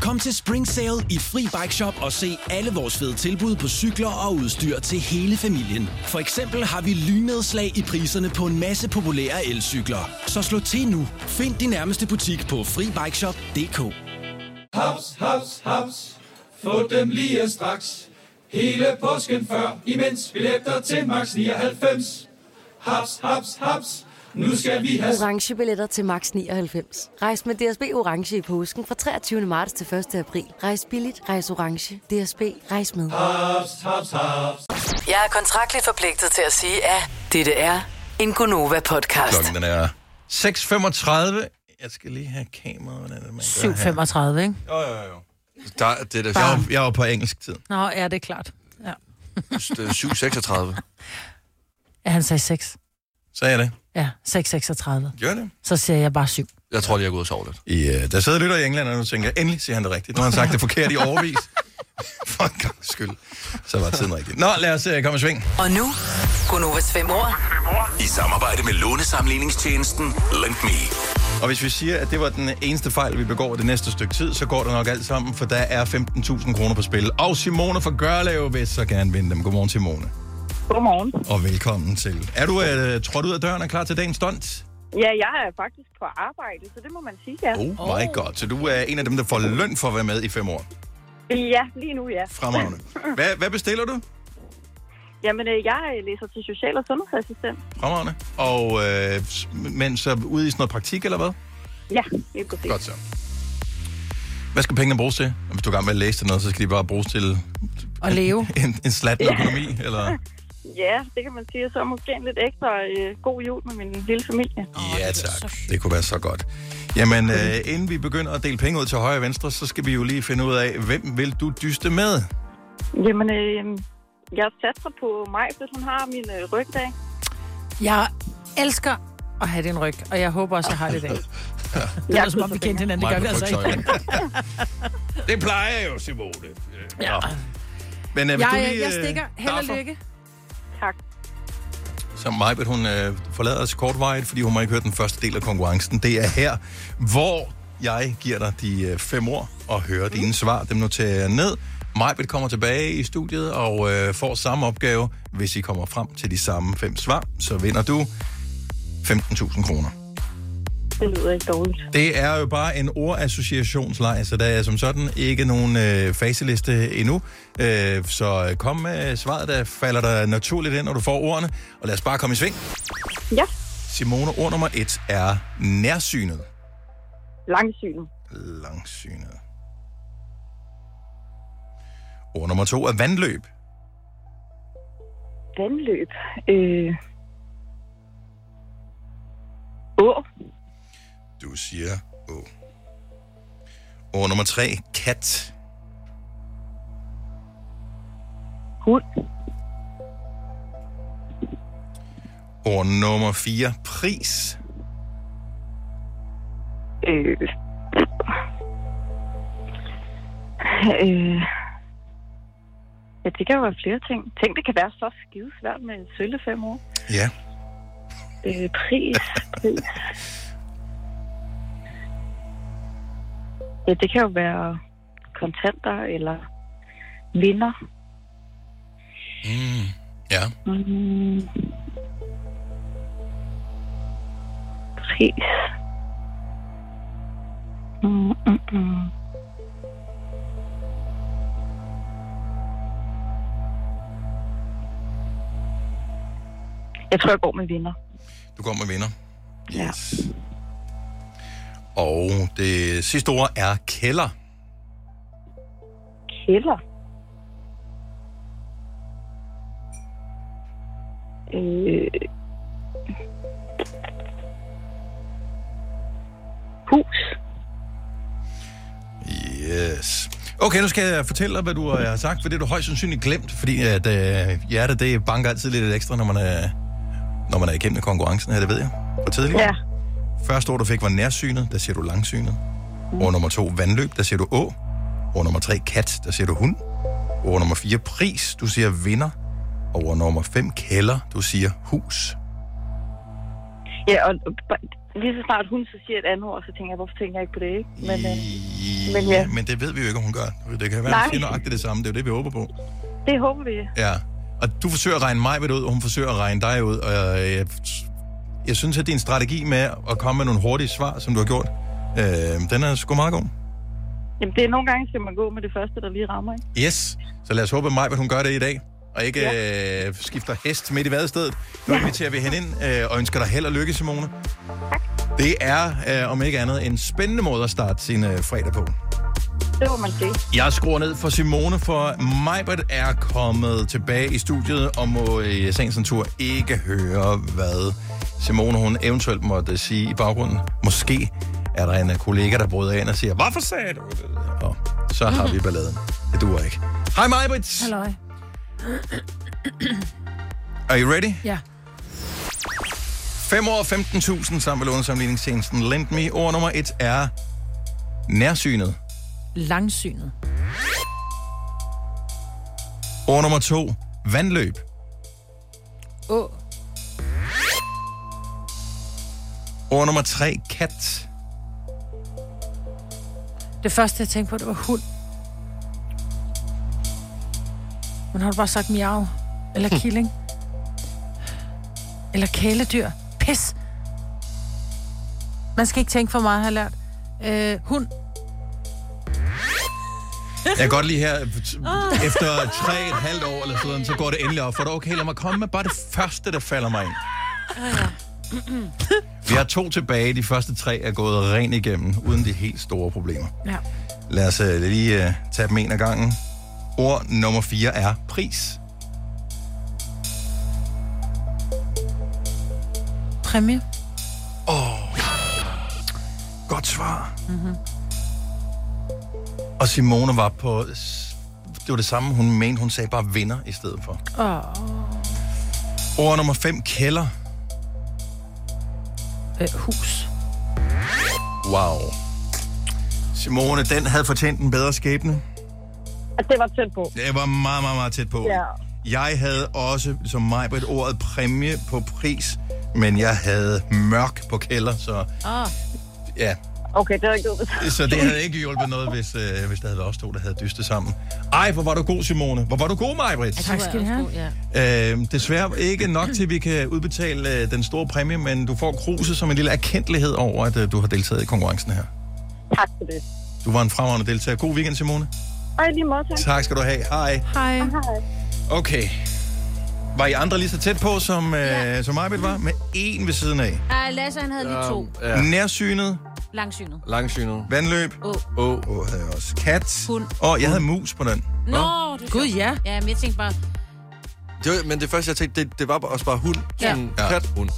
Kom til Spring Sale i Fri Bike Shop og se alle vores fede tilbud på cykler og udstyr til hele familien. For eksempel har vi lynedslag i priserne på en masse populære elcykler. Så slå til nu. Find din nærmeste butik på FriBikeShop.dk Haps, haps, haps. Få dem lige straks. Hele påsken før, imens billetter til max 99. Haps, haps, haps. Nu skal vi have orange billetter til max 99. Rejs med DSB orange i påsken fra 23. marts til 1. april. Rejs billigt, rejs orange. DSB rejs med. haps, haps, haps. Jeg er kontraktligt forpligtet til at sige, at dette er en Gunova-podcast. Klokken den er 6.35. Jeg skal lige have kameraet, hvordan er det, man gør her? 7.35, ikke? Jo, jo, jo. Der, det da- der, jeg, var, jeg var på engelsk tid. Nå, ja, det er klart. Ja. Det er 736. ja han sagde 6. Sagde jeg det? Ja, 6.36. Gør det? Så siger jeg bare 7. Jeg tror, jeg er gået og sovet lidt. Ja, der sidder lytter i England, og nu tænker jeg, endelig siger han det rigtigt. Nu har han sagt det forkert i overvis. For en gang skyld. Så var tiden rigtig. Nå, lad os uh, komme i sving. Og nu, Gunovas fem år. I samarbejde med lånesamligningstjenesten Lend Me. Og hvis vi siger, at det var den eneste fejl, vi begår det næste stykke tid, så går det nok alt sammen, for der er 15.000 kroner på spil. Og Simone fra Gørlev vil så gerne vinde dem. Godmorgen, Simone. Godmorgen. øh, Og velkommen til. Er du uh, trådt ud af døren og klar til dagens stunt? Ja, jeg er faktisk på arbejde, så det må man sige, ja. Oh my god. Så du er en af dem, der får løn for at være med i fem år. Ja, lige nu, ja. Fremragende. Hvad, hvad bestiller du? Jamen, øh, jeg læser til social- og sundhedsassistent. Fremragende. Og, øh, s- men så ude i sådan noget praktik, eller hvad? Ja, lige præcis. Godt så. Hvad skal pengene bruges til? Hvis du er i gang med at læse til noget, så skal de bare bruges til Og leve. en, en slatten Ja. økonomi, eller... Ja, det kan man sige. Så måske en lidt ekstra øh, god jul med min lille familie. Ja, tak. Det kunne være så godt. Jamen, øh, inden vi begynder at dele penge ud til højre og venstre, så skal vi jo lige finde ud af, hvem vil du dyste med? Jamen, øh, jeg satser på mig, hvis hun har min øh, rygdag. Jeg elsker at have din ryg, og jeg håber også, jeg har det i dag. Det er som om, vi kendte hinanden, det gør vi altså ikke. Det plejer jeg jo, Simone. Ja. Men øh, hvis Jeg, du jeg, lige, jeg stikker. øh, Held og daffer, lykke. Tak. Som Majbet, hun øh, forlader os kortvejet, fordi hun må ikke høre den første del af konkurrencen. Det er her, hvor jeg giver dig de øh, fem ord og hører mm. dine svar. Dem noterer jeg ned. Majbet kommer tilbage i studiet og øh, får samme opgave. Hvis I kommer frem til de samme fem svar, så vinder du 15.000 kroner. Det lyder ikke dårligt. Det er jo bare en ordassociationslej, så der er som sådan ikke nogen øh, faseliste endnu. Øh, så kom med svaret, der falder dig naturligt ind, når du får ordene. Og lad os bare komme i sving. Ja, Simone, ord nummer et er nærsynet. langsyn. Langsynet. Ord nummer to er vandløb. Vandløb. Øh. Å. Du siger å. Ord nummer tre, kat. Hund. Ord nummer fire, pris. Øh. Øh. Ja, det kan jo være flere ting. Tænk, det kan være så skide svært med en sølle fem år. Ja. Øh, pris. pris. Ja, det kan jo være kontanter eller vinder. Mm. Ja. Mm. Pris. Mm, mm, mm. Jeg tror, jeg går med vinder. Du går med vinder. Ja. Og det sidste ord er kælder. Kælder. Øh. Hus. Yes. Okay, nu skal jeg fortælle dig, hvad du øh, har sagt, for det er du højst sandsynligt glemt, fordi at, øh, hjertet det banker altid lidt ekstra, når man er, når man er igennem konkurrencen her, det ved jeg. For tidligere. Ja. Første ord, du fik, var nærsynet, der siger du langsynet. Ord nummer to, vandløb, der siger du å. Ord nummer tre, kat, der siger du hund. Ord nummer fire, pris, du siger vinder. Og ord nummer fem, kælder, du siger hus. Ja, og b- lige så snart hun så siger et andet ord, så tænker jeg, hvorfor tænker jeg ikke på det, ikke? Men, øh, men ja, Men det ved vi jo ikke, om hun gør. Det kan være, Nej. at hun siger nøjagtigt det samme. Det er jo det, vi håber på. det håber vi. Ja, og du forsøger at regne mig ud, og hun forsøger at regne dig ud, og jeg, jeg synes, at din strategi med at komme med nogle hurtige svar, som du har gjort, øh, den er sgu meget god. Jamen, det er nogle gange, skal man gå med det første, der lige rammer, ikke? Yes, så lad os håbe, at Maj, hun gør det i dag, og ikke ja. øh, skifter hest midt i vadestedet. Nu inviterer vi hende ind øh, og ønsker dig held og lykke, Simone. Det er, øh, om ikke andet, en spændende måde at starte sin øh, fredag på. Det må man sige. Jeg skruer ned for Simone, for Majbert er kommet tilbage i studiet og må i sagens natur ikke høre, hvad Simone hun eventuelt måtte sige i baggrunden. Måske er der en øh, kollega, der bryder ind og siger, hvorfor sagde du det? Og så har vi balladen. Det duer ikke. Hej Majbert! Halløj. Are you ready? Ja. 5 år 15.000 sammen med lånesamligningstjenesten LendMe. Ord nummer et er nærsynet. Langsynet. Ord nummer to, vandløb. Å. Ord nummer tre, kat. Det første, jeg tænkte på, det var hund. Men har du bare sagt miau? Eller killing? Eller kæledyr? Pis! Man skal ikke tænke for meget, har jeg lært. Øh, hund. Jeg kan godt lige her, t- efter tre et halvt år eller sådan, så går det endelig op for dig. Okay, lad mig komme med bare det første, der falder mig ind. Vi har to tilbage. De første tre er gået rent igennem, uden de helt store problemer. Ja. Lad os øh, lige øh, tage dem en af gangen. Ord nummer 4 er pris. Præmie. Åh, oh, godt svar. Mm-hmm. Og Simone var på... s- Det var det samme, hun mente. Hun sagde bare vinder i stedet for. Oh. Ord nummer 5, kælder. Øh, hus. Wow. Simone, den havde fortjent en bedre skæbne. Altså, det var tæt på. Det var meget, meget, meget tæt på. Ja. Jeg havde også, som mig, på et ordet præmie på pris, men jeg havde mørk på kælder, så Ah. ja. Okay, det var ikke noget. Så det havde ikke hjulpet noget, hvis, øh, hvis der havde været os to, der havde dystet sammen. Ej, hvor var du god, Simone. Hvor var du god, Majbrit. Tak skal du have. Ja. Øhm, desværre ikke nok til, at vi kan udbetale øh, den store præmie, men du får kruse som en lille erkendelighed over, at øh, du har deltaget i konkurrencen her. Tak for det. Du var en fremragende deltager. God weekend, Simone. Ej, lige måde, tak. Tak skal du have. Hej. Hej. Hej. Okay. Var I andre lige så tæt på, som, øh, ja. som Majbrit var? Med én ved siden af. Ej, Lasse, han havde lige to. Ja. Nærsynet, Langsynet. Langsynet. Vandløb. Åh. Oh. Oh. Oh, havde jeg også. Kat. Hund. Og jeg havde mus på den. Nå, det Gud, ja. Ja, men jeg tænkte bare, Det var, men det første, jeg tænkte, det, det var også bare hund. Ja. Mm. Sådan ja. kat, hund.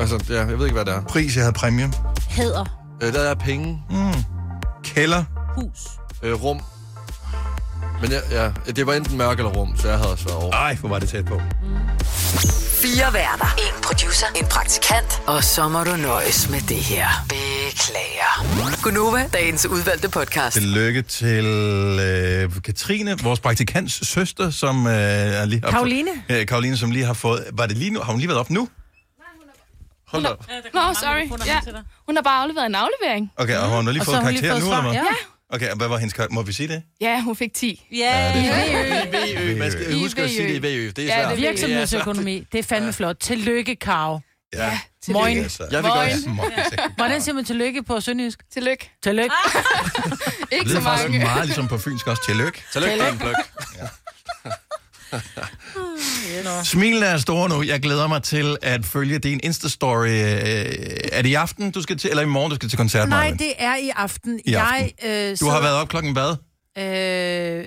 Altså, ja, jeg ved ikke, hvad det er. Pris, jeg havde præmie. hæder. Øh, der er penge. Mm. Kælder. Hus. Øh, rum. Men jeg, ja, det var enten mørk eller rum, så jeg havde også været over. Ej, hvor var det tæt på. Fire værter. En producer. En praktikant. Og så må du nøjes med det her. Beklager. Gunova, dagens udvalgte podcast. Tillykke til øh, Katrine, vores praktikants søster, som øh, er lige har Karoline. Fået, øh, Karoline, som lige har fået... Var det lige nu? Har hun lige været op nu? Hold op. Nå, sorry. Ja. Hun har bare afleveret en aflevering. Okay, og hun har lige Og fået så har hun karakter lige nu, fået eller hvad? svar, ja. Okay, og hvad var hendes karakter? Må vi sige det? Ja, hun fik 10. Ja, det er VØ. Man skal huske at sige det i VØ. Det er svært. Virksomhedsøkonomi, det er fandme flot. Tillykke, Karo. Ja, Moin. altså. Jeg vil godt. Moin. Hvordan siger man tillykke på sønderjysk? Tillykke. Tillykke. Det lyder faktisk meget ligesom på fynsk også. Tillykke. Tillykke, Tillykke. Blok. Ah, Smilene er store nu. Jeg glæder mig til at følge din Insta-story. Øh, er det i aften, du skal til, eller i morgen, du skal til koncert, Nej, Marvin? det er i aften. I jeg, aften. Du har været op klokken hvad? været... Øh,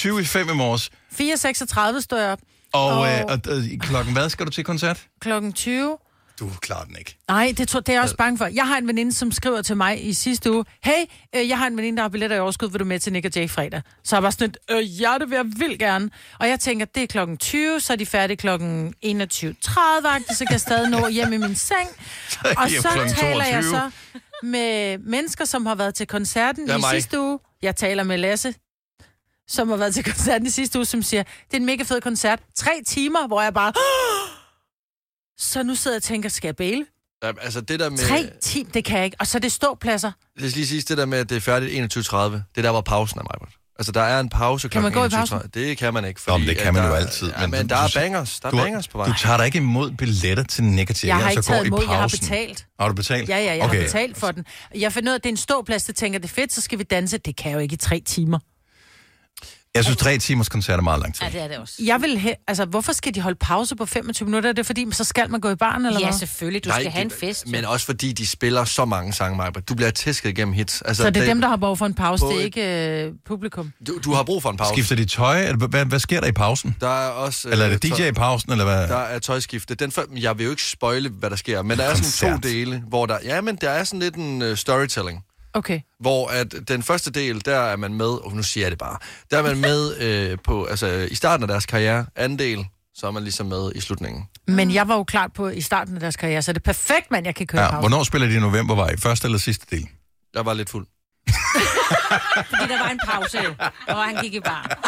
25 i morges. 4.36 står jeg op. Og, Og- og... Øh, og øh, klokken hvad skal du til koncert? Klokken 20. Du klarer den ikke. Nej, det, tror, det er jeg også bange for. Jeg har en veninde, som skriver til mig i sidste uge, hey, øh, jeg har en veninde, der har billetter i overskud, vil du med til Nick og Jay fredag? Så jeg var sådan lidt, øh, ja, det vil jeg vildt gerne. Og jeg tænker, det er klokken 20, så er de færdige klokken 21.30, -agtigt, så kan jeg stadig nå hjem i min seng. Og hjem så klokken taler jeg 22. så med mennesker, som har været til koncerten Det er i mig. sidste uge. Jeg taler med Lasse, som har været til koncerten i sidste uge, som siger, det er en mega fed koncert. Tre timer, hvor jeg bare... "Åh!" Så nu sidder jeg og tænker, skal jeg bale? Ja, altså, det der med... Tre tim, det kan jeg ikke. Og så er det ståpladser. Lad os lige sige det der med, at det er færdigt 21.30. Det er der, hvor pausen er, Majbert. Altså, der er en pause Kan man klokken gå i pausen? 21.30. Det kan man ikke. Nå, men det at kan man der, jo altid, Ja, men men, men du- der er du- bangers. Der er Du, bangers på vej. du tager dig ikke imod billetter til negativ. Jeg har og ikke så går taget i imod, jeg har pausen. betalt. Har du betalt? Ja, ja, jeg okay. har betalt for den. Jeg finder ud af, at det er en ståplads, der tænker, det er fedt, så skal vi danse. Det kan jeg jo ikke i tre timer. Jeg synes, tre timers koncert er meget lang tid. Ja, det er det også. Jeg vil he- altså, hvorfor skal de holde pause på 25 minutter? Er det fordi, så skal man gå i barn, eller Ja, hvad? selvfølgelig. det- Men også fordi, de spiller så mange sange, Majbert. Du bliver tæsket igennem hits. Så, det er dem, der har behov for en pause, altså, På det er et- ikke øh, publikum. Du, du har brug for en pause. Skifter de tøj? Eller Hvad, hvad sker der i pausen? Der er også... Eller er det øh, DJ i pausen, eller hvad? Der er tøjskifte. Den for, jeg vil jo ikke spoile, hvad der sker, men der er sådan Koncert. to dele, hvor der... Ja, men der er sådan lidt en uh, storytelling. Okay. Hvor at den første del, der er man med, og nu siger jeg det bare, der er man med øh, på, altså, øh, i starten af deres karriere, anden del, så er man ligesom med i slutningen. Men jeg var jo klart på i starten af deres karriere, så det er perfekt, mand, jeg kan køre ja, Ja, pause. hvornår spiller de i november, var I? Første eller sidste del? Jeg var lidt fuld. Fordi der var en pause, og han gik i bar.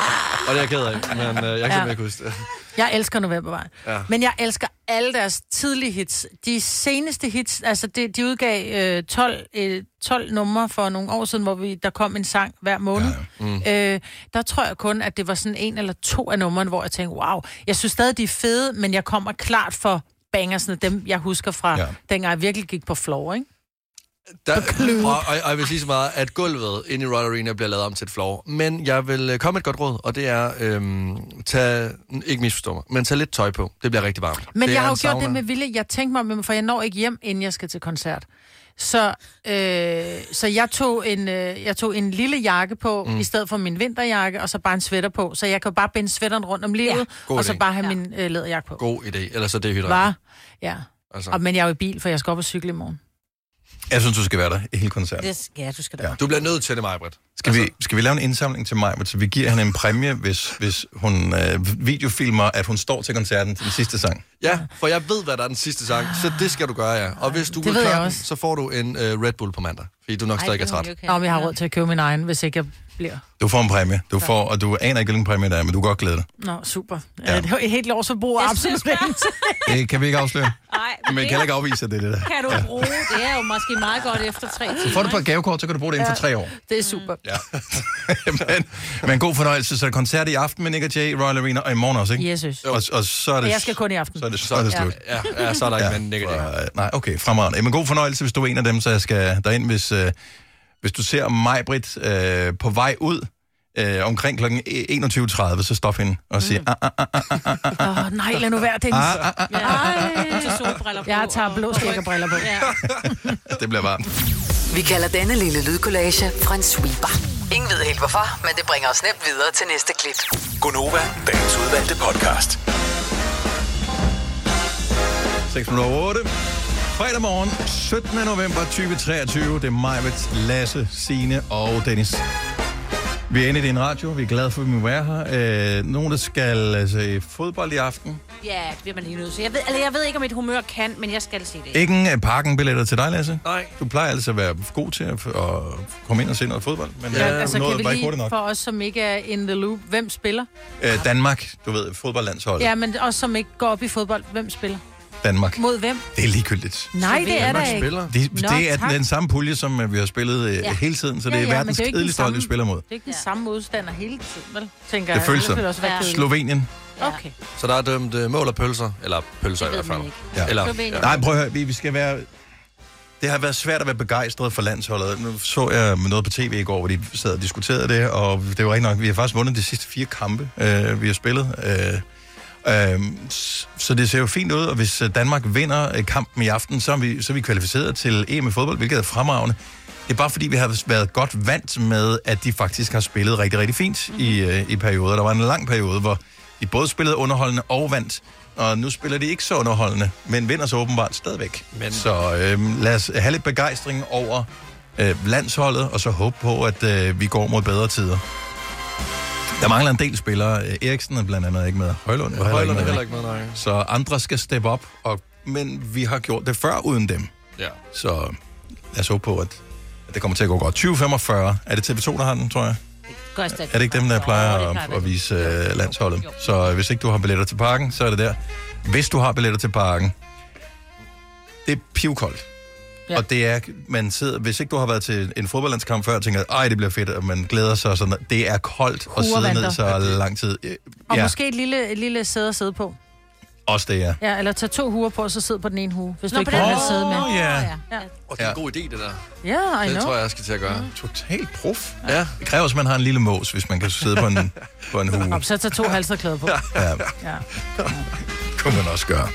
Og det er jeg ked af, men øh, jeg kan Ja. ja. ikke huske det. Jeg elsker novembervej. Ja. Ja. Men jeg elsker alle deres tidlige hits. De seneste hits, altså de, de udgav øh, 12, øh, 12 numre for nogle år siden, hvor vi, der kom en sang hver måned. Ja. Mm. Øh, der tror jeg kun, at det var sådan en eller to af numrene, hvor jeg tænkte, wow, jeg synes stadig, de er fede, men jeg kommer klart for bangersne, dem jeg husker fra, ja. Ja. dengang jeg virkelig gik på floor, ikke? Der, og, og, og jeg vil sige så meget, at gulvet inde i Royal Arena bliver lavet om til et floor. Men jeg vil øh, komme med et godt råd, og det er, øhm, tag, ikke misforstå mig, men tag lidt tøj på. Det bliver rigtig varmt. Men det jeg er har jo en gjort sauna. det med vilje. Jeg tænkte mig om, for jeg når ikke hjem, inden jeg skal til koncert. Så, øh, så jeg, tog en, øh, jeg tog en lille jakke på, Mm. mm. i stedet for min vinterjakke, og så bare en sweater på. Så jeg kan jo bare binde sweateren rundt om livet, ja. God og så idé. bare have ja. min øh, læderjakke på. God idé, ellers så det hydrer. Var? Ja. Altså. Altså. Og, men jeg er jo i bil, for jeg skal op og cykle i morgen. Jeg synes, du skal være der i hele koncerten. Det skal, ja, du skal da. Ja. Du bliver nødt til det, Majbrit. Altså- Skal, vi, skal vi lave en indsamling til mig, så vi giver hende en præmie, hvis, hvis hun øh, videofilmer, at hun står til koncerten til den sidste sang? Ja, for jeg ved, hvad der er den sidste sang, så det skal du gøre, ja. Og hvis du Det vil ved jeg klare den, også. så får du en øh, Red Bull på mandag, fordi du nok stadig er træt. Nå, men jeg har råd til at købe min egen, hvis ikke jeg bliver. Du får en præmie. Du får, og du aner ikke, hvilken præmie det er, men du kan godt glæde dig. Nå, super. Ja. Ja. Det er jo et helt års forbrug af absolut ikke. Det kan vi ikke afsløre. Nej, Men jeg kan heller ikke afvise, at det er det der. kan du bruge. Det er jo måske meget godt efter tre timer. Så får du på et gavekort, så kan du bruge det inden for tre år. Det er super. Ja. men, men god fornøjelse. Så er der koncert i aften med Nick og Jay i Royal Arena, og i morgen også, ikke? Jesus. Og, og så er Men det... jeg skal kun i aften. Så er det, så er det Ja. slut. Ja, ja, så er der ikke mere Nick og Jay. Nej, okay, fremragende. Men god fornøjelse, hvis du er en af dem, så jeg skal derind, hvis, øh, hvis du ser mig, Britt, øh, på vej ud øh, omkring kl. 21.30, så stop hende Mm. og sig, ah, ah, ah, ah, ah, ah, ah. Åh, oh, nej, lad nu være, Dennis. Ah, ah, ah, Ja. Jeg tager blå slikkerbriller på. Ja. Det bliver varmt. Vi kalder denne lille lydkollage en sweeper. Ingen ved helt hvorfor, men det bringer os nemt videre til næste klip. Gonova, dagens udvalgte podcast. 6 minutter over 8. Fredag morgen, 17. november 2023. Det er mig, Lasse, Sine og Dennis. Vi er inde i din radio. Vi er glade for, at vi må være her. Øh, nogen, der skal øh, se fodbold i aften. Ja, det bliver man lige nødt til. Jeg ved, eller jeg ved ikke, om et humør kan, men jeg skal se det. Ingen af parkenbilletter øh, til dig, Lasse. Nej. Du plejer altså at være god til at, at komme ind og se noget fodbold. Men Ja, ja, altså, noget kan vi var ikke hurtigt nok. lige, for os, som ikke er in the loop, hvem spiller? Øh, Danmark, du ved, fodboldlandsholdet. Ja, Ja. men os, som ikke går op i fodbold, hvem spiller? Danmark. Mod hvem? Det er ligegyldigt. Nej, det er Danmark der ikke. spiller. Det, Nå, det er tak. den samme pulje, som øh, vi har spillet øh, Ja. hele tiden, så det er Ja, ja, men verdens det er jo ikke den kedeligste hold, vi samme- spiller mod. Det er ikke den samme modstander hele tiden, vel? Tænker Det jeg. føles Ellers ville også være sådan. kedeligt. Slovenien. Okay. Så der er dømt øh, mål og pølser, eller pølser i hvert fald. Ja. Eller, Eller, Nej, prøv at høre, vi, vi skal være... Det har været svært at være begejstret for landsholdet. Nu så jeg noget på tv i går, hvor de sad og diskuterede det, og det var ikke nok. Vi har faktisk vundet de sidste fire kampe, øh, vi har spillet. Øh, øh, s- så det ser jo fint ud, og hvis øh, Danmark vinder øh, kampen i aften, så er, vi, så er vi kvalificeret til EM i fodbold, hvilket er fremragende. Det er bare fordi, vi har været godt vant med, at de faktisk har spillet rigtig, rigtig fint i, øh, i perioder. Der var en lang periode, hvor de både spillede underholdende og vandt, og nu spiller de ikke så underholdende, men vinder så åbenbart stadigvæk. Men... Så øh, lad os have lidt begejstring over øh, landsholdet, og så håbe på, at øh, vi går mod bedre tider. Der mangler en del spillere. Øh, Eriksen er blandt andet ikke med. Højlund var Højlund heller er heller ikke ikke med. med, nej. Så andre skal steppe op, og, men vi har gjort det før uden dem. Ja. Så lad os håbe på, at, at det kommer til at gå godt. 2045, er det TV2, der har den, tror jeg? Gør stadig. Er det ikke dem, der plejer det at, at vise øh, landsholdet? Så øh, hvis ikke du har billetter til parken, så er det der. Hvis du har billetter til parken, det er pivkoldt. Ja. Og det er, man sidder, hvis ikke du har været til en fodboldlandskamp før, og tænker, ej, det bliver fedt, og man glæder sig og sådan noget. Det er koldt at sidde ned Kurvandrer. så lang tid. Øh, Og Ja, måske et lille, et lille sæde at sidde på. også det, ja. Ja, eller tag to huer på, så sid på den ene hue, hvis Nå, du ikke på den kan have måde. et sæde med. Åh, ja. ja. Og det er en god idé, det der. Ja, I det know. tror jeg, jeg skal til at gøre. Totalt prof. Ja. Det kræver også, at man har en lille mås, hvis man kan sidde på en, på en hue. Op, så tag to halserklæder på. Ja, Ja. kunne man også gøre.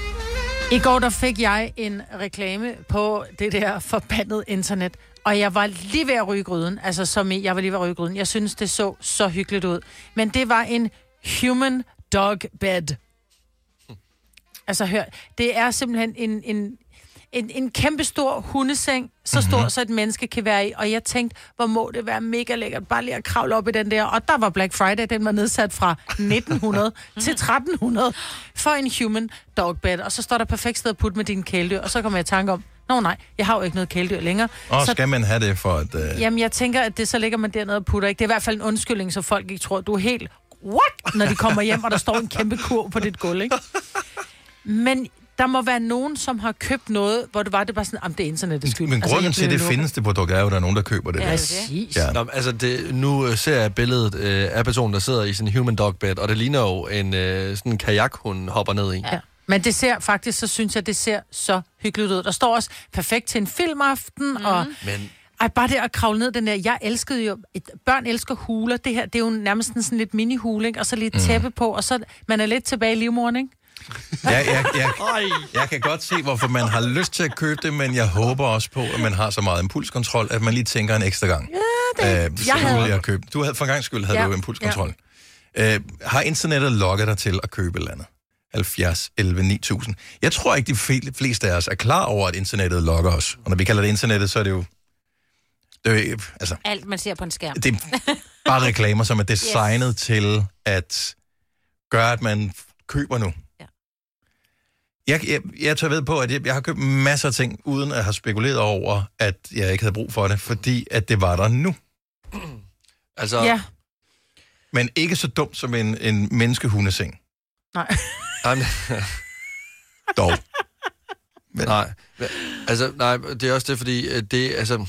I går der fik jeg en reklame på det der forbandede internet, og jeg var lige ved at ryge gryden, altså som i, jeg var lige ved at ryge gryden. Jeg synes, det så så hyggeligt ud. Men det var en human dog bed. Altså hør, det er simpelthen en, en, en, en kæmpe stor hundeseng, så stor, mm-hmm. så et menneske kan være i. Og jeg tænkte, hvor må det være mega lækkert, bare lige at kravle op i den der. Og der var Black Friday, den var nedsat fra 1900 til 1300 for en human dog bed. Og så står der perfekt sted at putte med dine kæledyr, og så kommer jeg i tanke om, nå nej, jeg har jo ikke noget kæledyr længere. Og så, skal man have det for at... Øh, Jamen, jeg tænker, at det så ligger man dernede og putter, ikke? Det er i hvert fald en undskyldning, så folk ikke tror, du er helt... What? Når de kommer hjem, og der står en kæmpe kurv på dit gulv, ikke? Men der må være nogen, som har købt noget, hvor det var, det bare sådan, om det er internettet skyld. Men grunden altså, til, jeg at blev det lukket. findes det produkt, er jo, at der er nogen, der køber det. Ja, der. præcis. Ja. Nå, men altså det, nu øh, ser jeg billedet øh, af personen, der sidder i sin human dog bed, og det ligner jo en øh, sådan en kajak, hun hopper ned i. Ja. Men det ser faktisk, så synes jeg, det ser så hyggeligt ud. Der står også perfekt til en filmaften, mm. og Men ej, bare det at kravle ned den der. Jeg elskede jo... et- Børn elsker huler. Det her, det er jo nærmest en sådan lidt mini-hule, ikke? Og så lidt mm. tæppe på, og så... Man er lidt tilbage i livmoren, ikke? Ja, jeg, jeg, jeg kan godt se, hvorfor man har lyst til at købe det, men jeg håber også på, at man har så meget impulskontrol, at man lige tænker en ekstra gang. Ja, det øh, så jeg jeg havde- havde... Jeg købe. Du havde for en gang skyld havde Ja, ja. du impulskontrol. Ja. Øh, har internettet lokket dig til at købe et eller andet? 70, 11, 9000. Jeg tror ikke, de fe- fleste af os er klar over, at internettet lokker os. Og når vi kalder det internettet, så er det jo... Det er, jo- altså, Alt, man ser på en skærm. det er bare reklamer, som er designet yes. til at gøre, at man f- køber nu. Ja. Jeg, jeg, jeg tør ved på, at jeg, jeg har købt masser af ting, uden at have spekuleret over, at jeg ikke havde brug for det, fordi at det var der nu. Altså, Ja. Men ikke så dumt som en, en menneskehundeseng. Nej. Jamen, Dog. Men. Nej, men- altså, nej, det er også det, fordi øh, det, altså,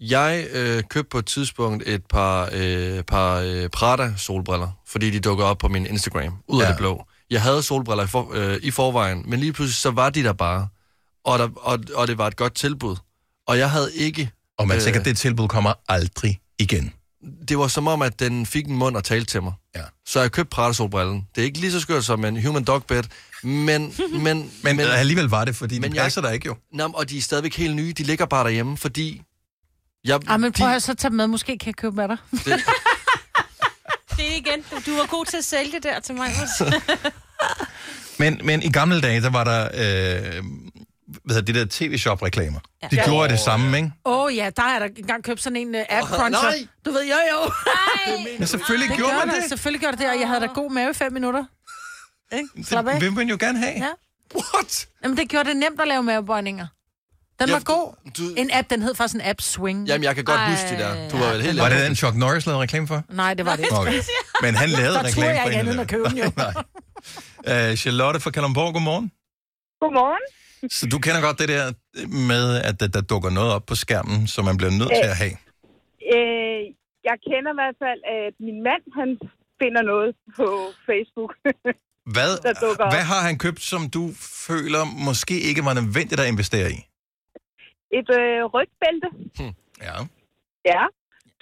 jeg øh, købte på et tidspunkt et par, øh, par øh, Prada-solbriller, fordi de dukker op på min Instagram, ud af Ja. det blå. Jeg havde solbriller i, for, øh, i forvejen, men lige pludselig så var de der bare, og, der, og, og det var et godt tilbud. Og jeg havde ikke... Og man øh, tænker, at det tilbud kommer aldrig igen. det var som om, at den fik en mund og talte til mig. Ja. Så jeg købte Prada-solbrillen. Det er ikke lige så skørt som en human dog bed, men... Men, men, Men, men alligevel var det, fordi men de passer der ikke jo. Nå, men- og de er stadigvæk helt nye. De ligger bare derhjemme, fordi... Jeg, Ej, men prøv at høre, så tage med. Måske kan jeg købe med dig. Det- Det er igen, du var god til at sælge det der til mig. Men, men i gamle dage, der var der øh, hvad hedder det der tv-shop-reklamer. Ja. De Ja. gjorde det samme, ikke? Åh oh, ja, der er der engang købt sådan en uh, app cruncher. nej! Du ved, jo jo. Men selvfølgelig Det gjorde gør man der. det. Selvfølgelig gjorde det, og jeg havde da god mave i fem minutter. Ikke? Slap af. Det vil man jo gerne have. Ja. What? Jamen, det gjorde det nemt at lave mavebøjninger. Den Ja, var god. Du... En app, den hed faktisk en app Swing. Jamen, jeg kan godt Ej. huske de der. Du var vel helt... Var det den, Chuck Norris lavede reklame for? Nej, det var det ikke. Okay. Men han lavede Der reklame troede for jeg ikke en andet end at købe den, jo. Øh, Uh, Charlotte fra Kalundborg, godmorgen. Godmorgen. Så du kender godt det der med, at der, der dukker noget op på skærmen, som man bliver nødt til at have. Øh, jeg kender i hvert fald, at min mand, han finder noget på Facebook. Hvad, Der dukker op. hvad har han købt, som du føler måske ikke var nødvendigt at investere i? Et øh, rygbælte. Hmm. Ja. Ja,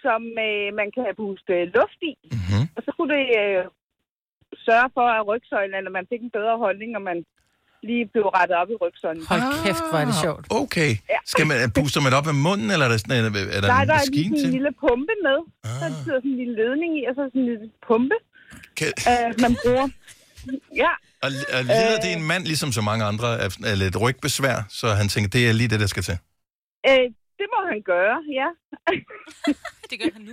som øh, man kan puste luft i. Mm-hmm. Og så kunne det øh, sørge for, at rygsøjlen, eller man fik en bedre holdning, og man lige blev rettet op i rygsøjlen. Hold kæft, hvor er det sjovt. Ah. Okay. Skal man, puster man det op med munden, eller er der, sådan, er der, er der Nej, der en er lige maskine sådan en til? lille pumpe med. Ah. Der sidder sådan en lille ledning i, og så sådan en lille pumpe, Kan, øh, man bruger. Ja, og, og lider Øh. det en mand, ligesom så mange andre, af, af lidt rygbesvær, så han tænker, det er lige det, der skal til? øh, det må han gøre, ja. det gør han nu.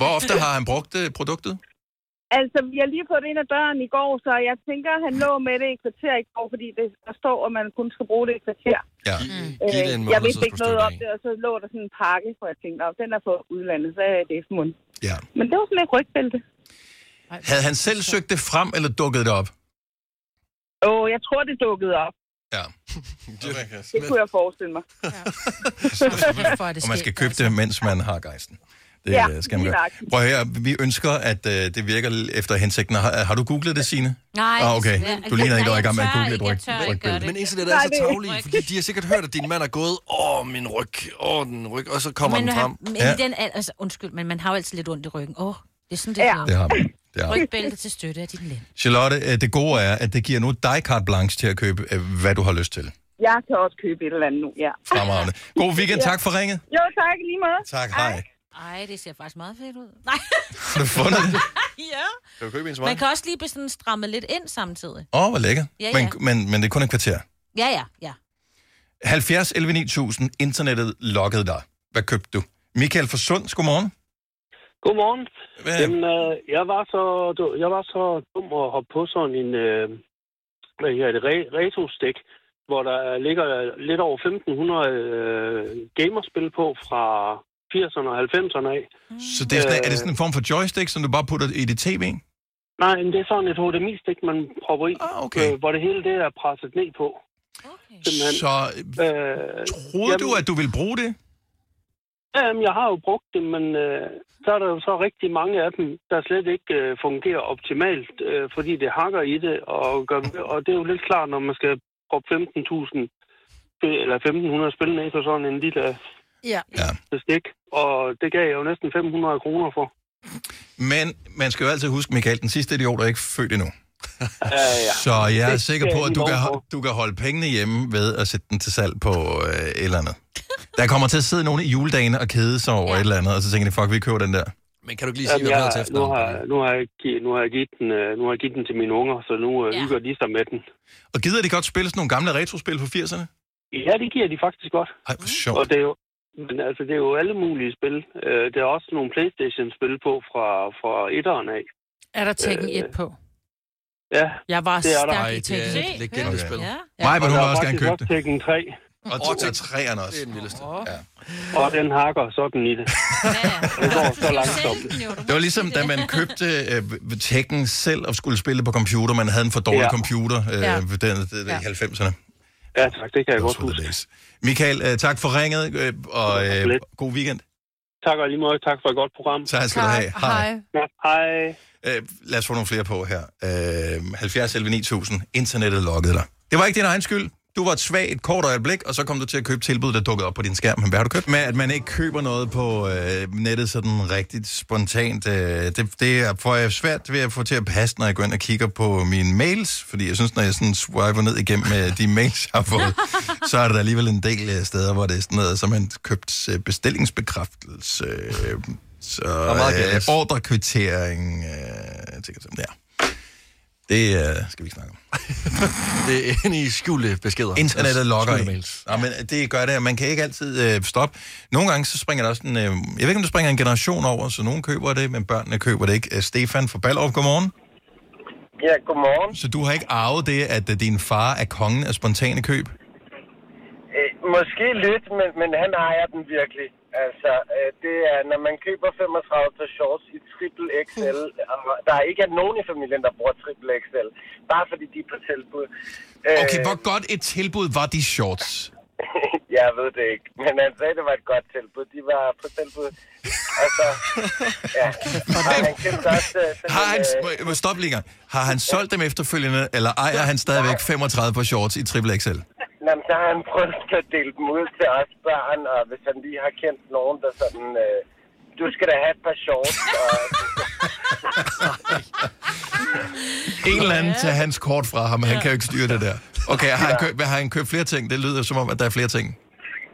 Hvor ofte har han brugt øh, produktet? Altså, vi har lige fået det ind ad døren i går, så jeg tænker, han lå med det i et kvarter i går, fordi det, der står, at man kun skal bruge det i et kvarter. Ja. Øh, Giv det en jeg måned, så vidste skal ikke du noget støtte om det, og så lå der sådan en pakke, hvor jeg tænkte, at den er fra udlandet, så er det for mund. Ja. Men det var sådan et rygbælte. Havde han selv søgt det frem, eller dukket det op? Åh, oh, jeg tror, det dukkede op. Ja. Det kunne jeg forestille mig. Ja. Og man skal købe det, mens man har gejsten. Det Ja, ja, skal man lige gøre. nøjagtigt. Prøv her, vi ønsker, at øh, det virker efter hensigten. Har, har du googlet det, Signe? Nej, Ah, okay. desværre. Du ligner ikke, du er i gang med at Jeg tør google et ikke, jeg tør ryg. ikke gøre det. Men rygbillede. internet er så tavlige, fordi de har sikkert hørt, at din mand er gået, åh, min ryg, åh, den ryg, og så kommer men, den når frem. Han, men ja. den, al- altså, undskyld, men man har jo altid lidt ondt i ryggen. Åh, oh, det er sådan, det er. Det har man. Det har man. Rygbælte til støtte af din lænd. Charlotte, øh, det gode er, at det giver nu dig carte blanche til at købe, øh, hvad du har lyst til. Jeg kan også købe et eller andet nu, ja. Fremragende. God weekend, tak for ringet. Jo, tak i lige måde. Tak, hej. Ej, det ser faktisk meget fedt ud. Nej, Har du fundet det? ja. Kan du købe en Man kan også lige blive sådan strammet lidt ind samtidig. Åh, oh, hvor lækker. Ja, ja. Men, men, men det er kun et kvarter. Ja, ja, ja. 70 11 9000, internettet lokkede dig. Hvad købte du? Michael fra Sunds, godmorgen. Godmorgen. Jamen, øh, jeg, var så, du- jeg var så dum at hoppe på sådan en øh, hvad hedder det, re- retro-stik, hvor der ligger lidt over 1.500 øh, gamerspil på fra 80'erne og 90'erne af. Øh, Så det er, sådan, er det sådan en form for joystick, som du bare putter i dit tv? Nej, men det er sådan et HDMI-stik, man propper i, ah, okay. øh, hvor det hele det er presset ned på. Øh, Okay. Så øh, troede du, at du ville bruge det? Jamen, jeg har jo brugt dem, men øh, så er der jo så rigtig mange af dem, der slet ikke øh, fungerer optimalt, øh, fordi det hakker i det, og, gør, og det er jo lidt klart, når man skal proppe 15.000 spil- eller 1.500 spil ned på sådan en lille Ja. bestik, og det gav jeg jo næsten 500 kroner for. Men man skal jo altid huske, Michael, den sidste idiot er ikke født endnu. ja. Så jeg er Det sikker skal på, jeg at du love kan, for. du kan holde pengene hjemme ved at sætte den til salg på øh, et eller andet. Der kommer til at sidde nogen i juledagen og kede sig over et eller andet, og så tænker de, fuck, vi køber den der. Men kan du ikke lige sige, hvad den hedder til nu efternavn? har, jeg- nu, har jeg, gi- nu, har jeg givet den, øh, nu har jeg givet den til mine unger, så nu øh, ja. hygger de sig med den. Og gider de godt spille sådan nogle gamle retrospil fra 80'erne? Ja, det giver de faktisk godt. Ej, hvor sjovt. Og det er jo, men altså, det er jo alle mulige spil. Øh, der er også nogle Playstation-spil på fra, fra etteren af. Er der Tekken 1 på? Ja. Jeg var det er der. stærk i Tekken 1. Okay. Ja. Maj, Og men hun der vil er også gerne faktisk købe også Tekken 3. Og, og, og træerne også. Det er den vildeste. Ja. Og den hakker sådan i det. Det går så langsomt. Det var ligesom, da man købte øh, Tekken selv og skulle spille på computer. Man havde en for dårlig Ja. ja. computer øh, Ja. ja. den, den, den, Ja. i 90'erne. Ja, tak. Det kan jeg godt huske. Michael, øh, tak for ringet, øh, og øh, god weekend. Tak og i lige måde. Tak for et godt program. Tak skal du Tak. have. Hej. Hej. Ja, hej. Øh, lad os få nogle flere på her. Øh, 70 11 9000. Internettet lokkede dig. Det var ikke din egen skyld. Du var et svag et kort øjeblik, og så kom du til at købe tilbud, der dukkede op på din skærm. Men hvad har du købt? Med at man ikke køber noget på øh, nettet sådan rigtigt spontant, øh, det, det er, får jeg svært ved at få til at passe, når jeg går ind og kigger på mine mails. Fordi jeg synes, når jeg sådan swiper ned igennem øh, de mails, jeg har fået, så er der alligevel en del øh, steder, hvor det er sådan noget, som man købt øh, bestillingsbekræftelse. Øh, så er meget øh, galt. ordrekvittering, øh, jeg tænker sådan der. Det øh, skal vi ikke snakke om. Det er en i skjulte beskeder. Internettet Altså, logger skjulte ind. mails. Ja, men øh, det gør det, og man kan ikke altid øh, stoppe. Nogle gange så springer der også en, øh, jeg ved ikke om der springer en generation over, så nogen køber det, men børnene køber det ikke. Øh, Stefan fra Ballerup, godmorgen. Ja, godmorgen. Så du har ikke arvet det, at øh, din far er kongen af spontane køb? Øh, måske lidt, men, men han ejer den virkelig. Altså, øh, det er, når man køber 35 til shorts i triple XL, og der er ikke nogen i familien, der bruger triple XL, bare fordi de er på tilbud. Øh, Okay, hvor godt et tilbud var de shorts? jeg ved det ikke, men han sagde, det var et godt tilbud. De var på tilbud. Altså, ja. Og han købte også... øh, sådan Har en, han, øh, må- må- stop lige en gang. Har han solgt dem efterfølgende, eller ejer han stadigvæk 35 på shorts i triple XL? Nå, men så har han prøvet at dele dem ud til os børn, og hvis han lige har kendt nogen, der sådan... Øh, du skal da have et par shorts, og... En eller anden tager hans kort fra ham, han kan jo ikke styre det der. Okay, har han, købt, har han købt flere ting? Det lyder som om, at der er flere ting.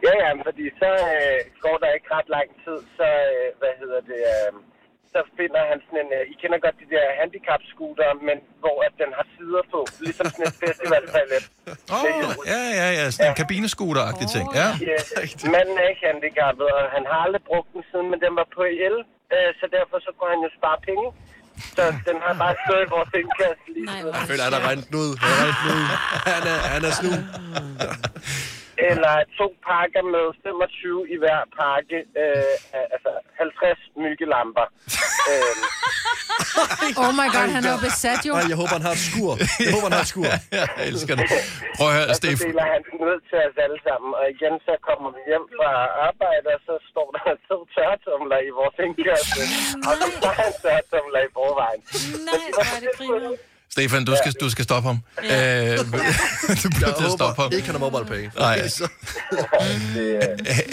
Ja, ja, men fordi så øh, går der ikke ret lang tid, så, øh, hvad hedder det, øh, så finder han sådan en, øh, I kender godt de der handicap-scooter, men hvor at den har sider på, ligesom sådan et festivaltoilet. Åh, oh, ja, ja, ja, sådan en kabinescooter-agtig ting. Ja. Ja, manden er ikke handicappet, og han har aldrig brugt den siden, men den var på el, øh, så derfor så kunne han jo spare penge. Så den har bare stået i vores indkast lige siden. Jeg føler, han er rent ud. Han er rent ud. Han er, han er snu. Eller to pakker med 25 i hver pakke, øh, altså 50 myggelamper. øh, Oh my god, han er jo besat jo. Nej, jeg håber, han har et skur. Jeg håber, han har et skur. jeg elsker det. Prøv at høre, så Stefan. deler han den ud til os alle sammen, og igen så kommer vi hjem fra arbejde, og så står der to tørretumler i vores indkørsel, og så har han tørretumler i forvejen. Nej, hvor er det griner. Stefan, du skal, du skal stoppe ham. Ja. Øh, du bliver til at stoppe ham. Ikke han har mobile penge. Nej.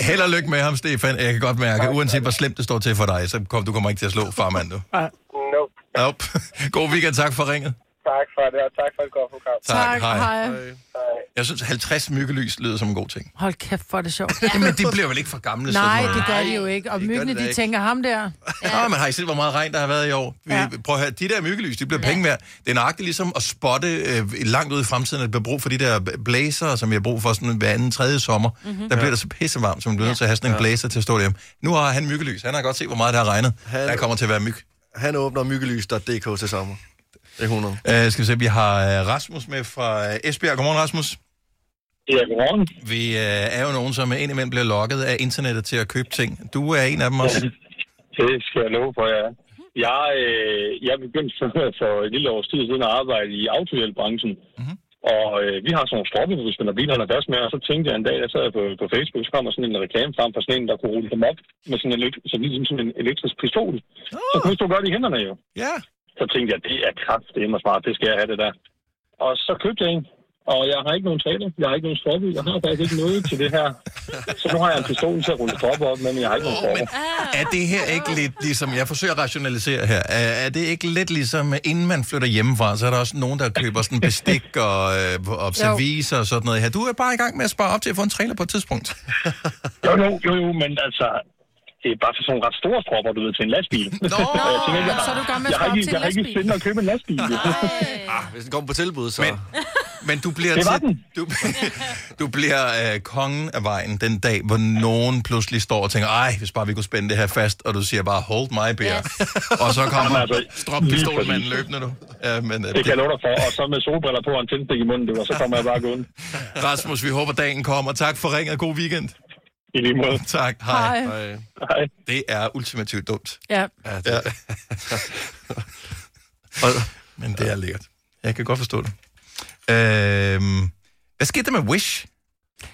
Held og lykke med ham, Stefan. Jeg kan godt mærke, uanset hvor slemt det står til for dig, så kom, du kommer ikke til at slå farmand, du. Nope. Nope. God weekend, tak for ringet. Tak for det, og tak for et godt program. Tak, Tak, hej. hej. hej. Jeg synes, 50 myggelys lyder som en god ting. Hold kæft, hvor er det sjovt. Jamen, de bliver vel ikke for gamle? Nej, sådan noget? det gør de jo ikke. Og det gør myggene, det da de ikke. tænker ham der. Ja. Nå, men har I set, hvor meget regn der har været i år? Vi, ja. Prøv at høre, de der myggelys, de bliver ja. penge værd. Det er nøjagtigt ligesom at spotte øh, langt ud i fremtiden, at der bliver brug for de der blæser, som vi har brug for sådan hver anden tredje sommer. Mm-hmm. Mhm. Der bliver Ja. det så pissevarmt, som man bliver nødt til at have sådan en Ja. blæser til at stå derhjemme. Nu har han myggelys. Han har godt set, hvor meget der har regnet. Han- Der kommer til at være myg. Han åbner myggelys.dk til sommer. Det er Uh, 100. skal vi se, vi har øh, Rasmus med fra øh, Esbjerg. Godmorgen, Rasmus. Ja, godmorgen. Vi øh, er jo nogen, som indimellem bliver lokket af internettet til at købe ting. Du er en af dem også. Det skal jeg love for, ja. Mhm. Jeg, øh, jeg begyndte for, for et lille års tid siden at arbejde i autohjælpbranchen. Mm-hmm. Og øh, vi har sådan nogle stroppe, hvor vi spiller bilerne først med, og så tænkte jeg en dag, jeg sad på, på Facebook, så kommer sådan en reklame frem for sådan en, der kunne rulle dem op med sådan en, elekt- sådan, ligesom sådan en elektrisk pistol. Så kunne vi stå godt i hænderne jo. Ja. Så tænkte jeg, det er kraft, det er smart, det skal jeg have det der. Og så købte jeg en, og jeg har ikke nogen træner, jeg har ikke nogen stroppe, jeg har faktisk ikke noget til det her. Så nu har jeg en pistol til at rulle stroppe op med, men jeg har ikke nogen stroppe. Er det her ikke lidt ligesom, jeg forsøger at rationalisere her, er, er det ikke lidt ligesom, inden man flytter hjemmefra, så er der også nogen, der køber sådan bestik og, øh, og servicer og sådan noget her. Du er bare i gang med at spare op til at få en trailer på et tidspunkt. Jo, jo, jo, jo, men altså, det er bare for sådan nogle ret store stropper, du ved, til en lastbil. Nå, jeg tænker, jeg, så er du gammel jeg har skrab ikke, til en jeg har ikke lastbil. sindet at købe en lastbil. Ah, hvis den kommer på tilbud, så... Men, men du bliver, Det var til, du, du bliver øh, kongen af vejen den dag, hvor nogen pludselig står og tænker, ej, hvis bare vi kunne spænde det her fast, og du siger bare, hold my beer. Yes. Og så kommer Jamen, altså, stroppistolmanden lige præcis. løbende nu. Ja, men, øh, Det kan jeg love dig for, og så med solbriller på og en tændstik i munden, du, og så kommer jeg bare gående. Rasmus, vi håber, dagen kommer. Tak for ringet. God weekend. I lige måde. Tak. Hej. Hej. Hej. Det er ultimativt dumt. Ja. Ja. Det... Men det er lækkert. Jeg kan godt forstå det. Øhm, hvad skete der med Wish?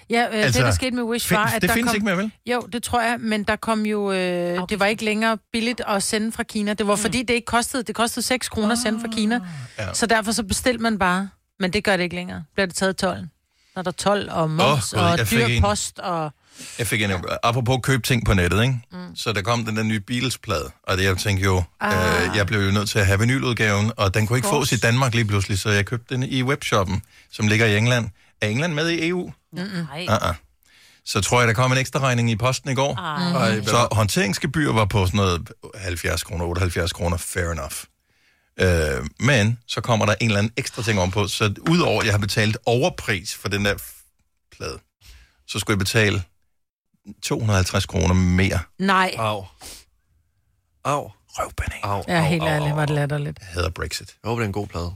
Ja, øh, altså, Altså, det, der skete med Wish, fin- var, at det der findes kom... ikke mere, vel? Jo, det tror jeg, men der kom jo... Øh, okay. Det var ikke længere billigt at sende fra Kina. Det var mm. fordi, det ikke kostede... Det kostede 6 kroner at sende fra Kina. Ja. Ja. Så derfor så bestilte man bare. Men det gør det ikke længere. Bliver det taget 12? Når der er 12 og moms Åh, oh, Gud, og jeg fik dyr en. post og... Jeg fik en, apropos købe ting på nettet, ikke? Mm. Så der kom den der nye Beatles-plade, og det, jeg tænkte jo, ah. øh, jeg blev jo nødt til at have vinyludgaven, og den kunne ikke fås i Danmark lige pludselig, så jeg købte den i webshoppen, som ligger i England. Er England med i E EU? Nej. Uh-uh. Så tror jeg, der kom en ekstra regning i posten i går. Ej. Ej, så håndteringsgebyr var på sådan noget 70 kroner, 78 kroner, fair enough. Øh, men så kommer der en eller anden ekstra ting om på, så udover at jeg har betalt overpris for den der f- plade, så skulle jeg betale 250 kroner mere. Nej. Au. Au. Røvbanan. Au, Ja, helt ærligt, var det latterligt. Jeg hader Brexit. Jeg håber, det er en god plade.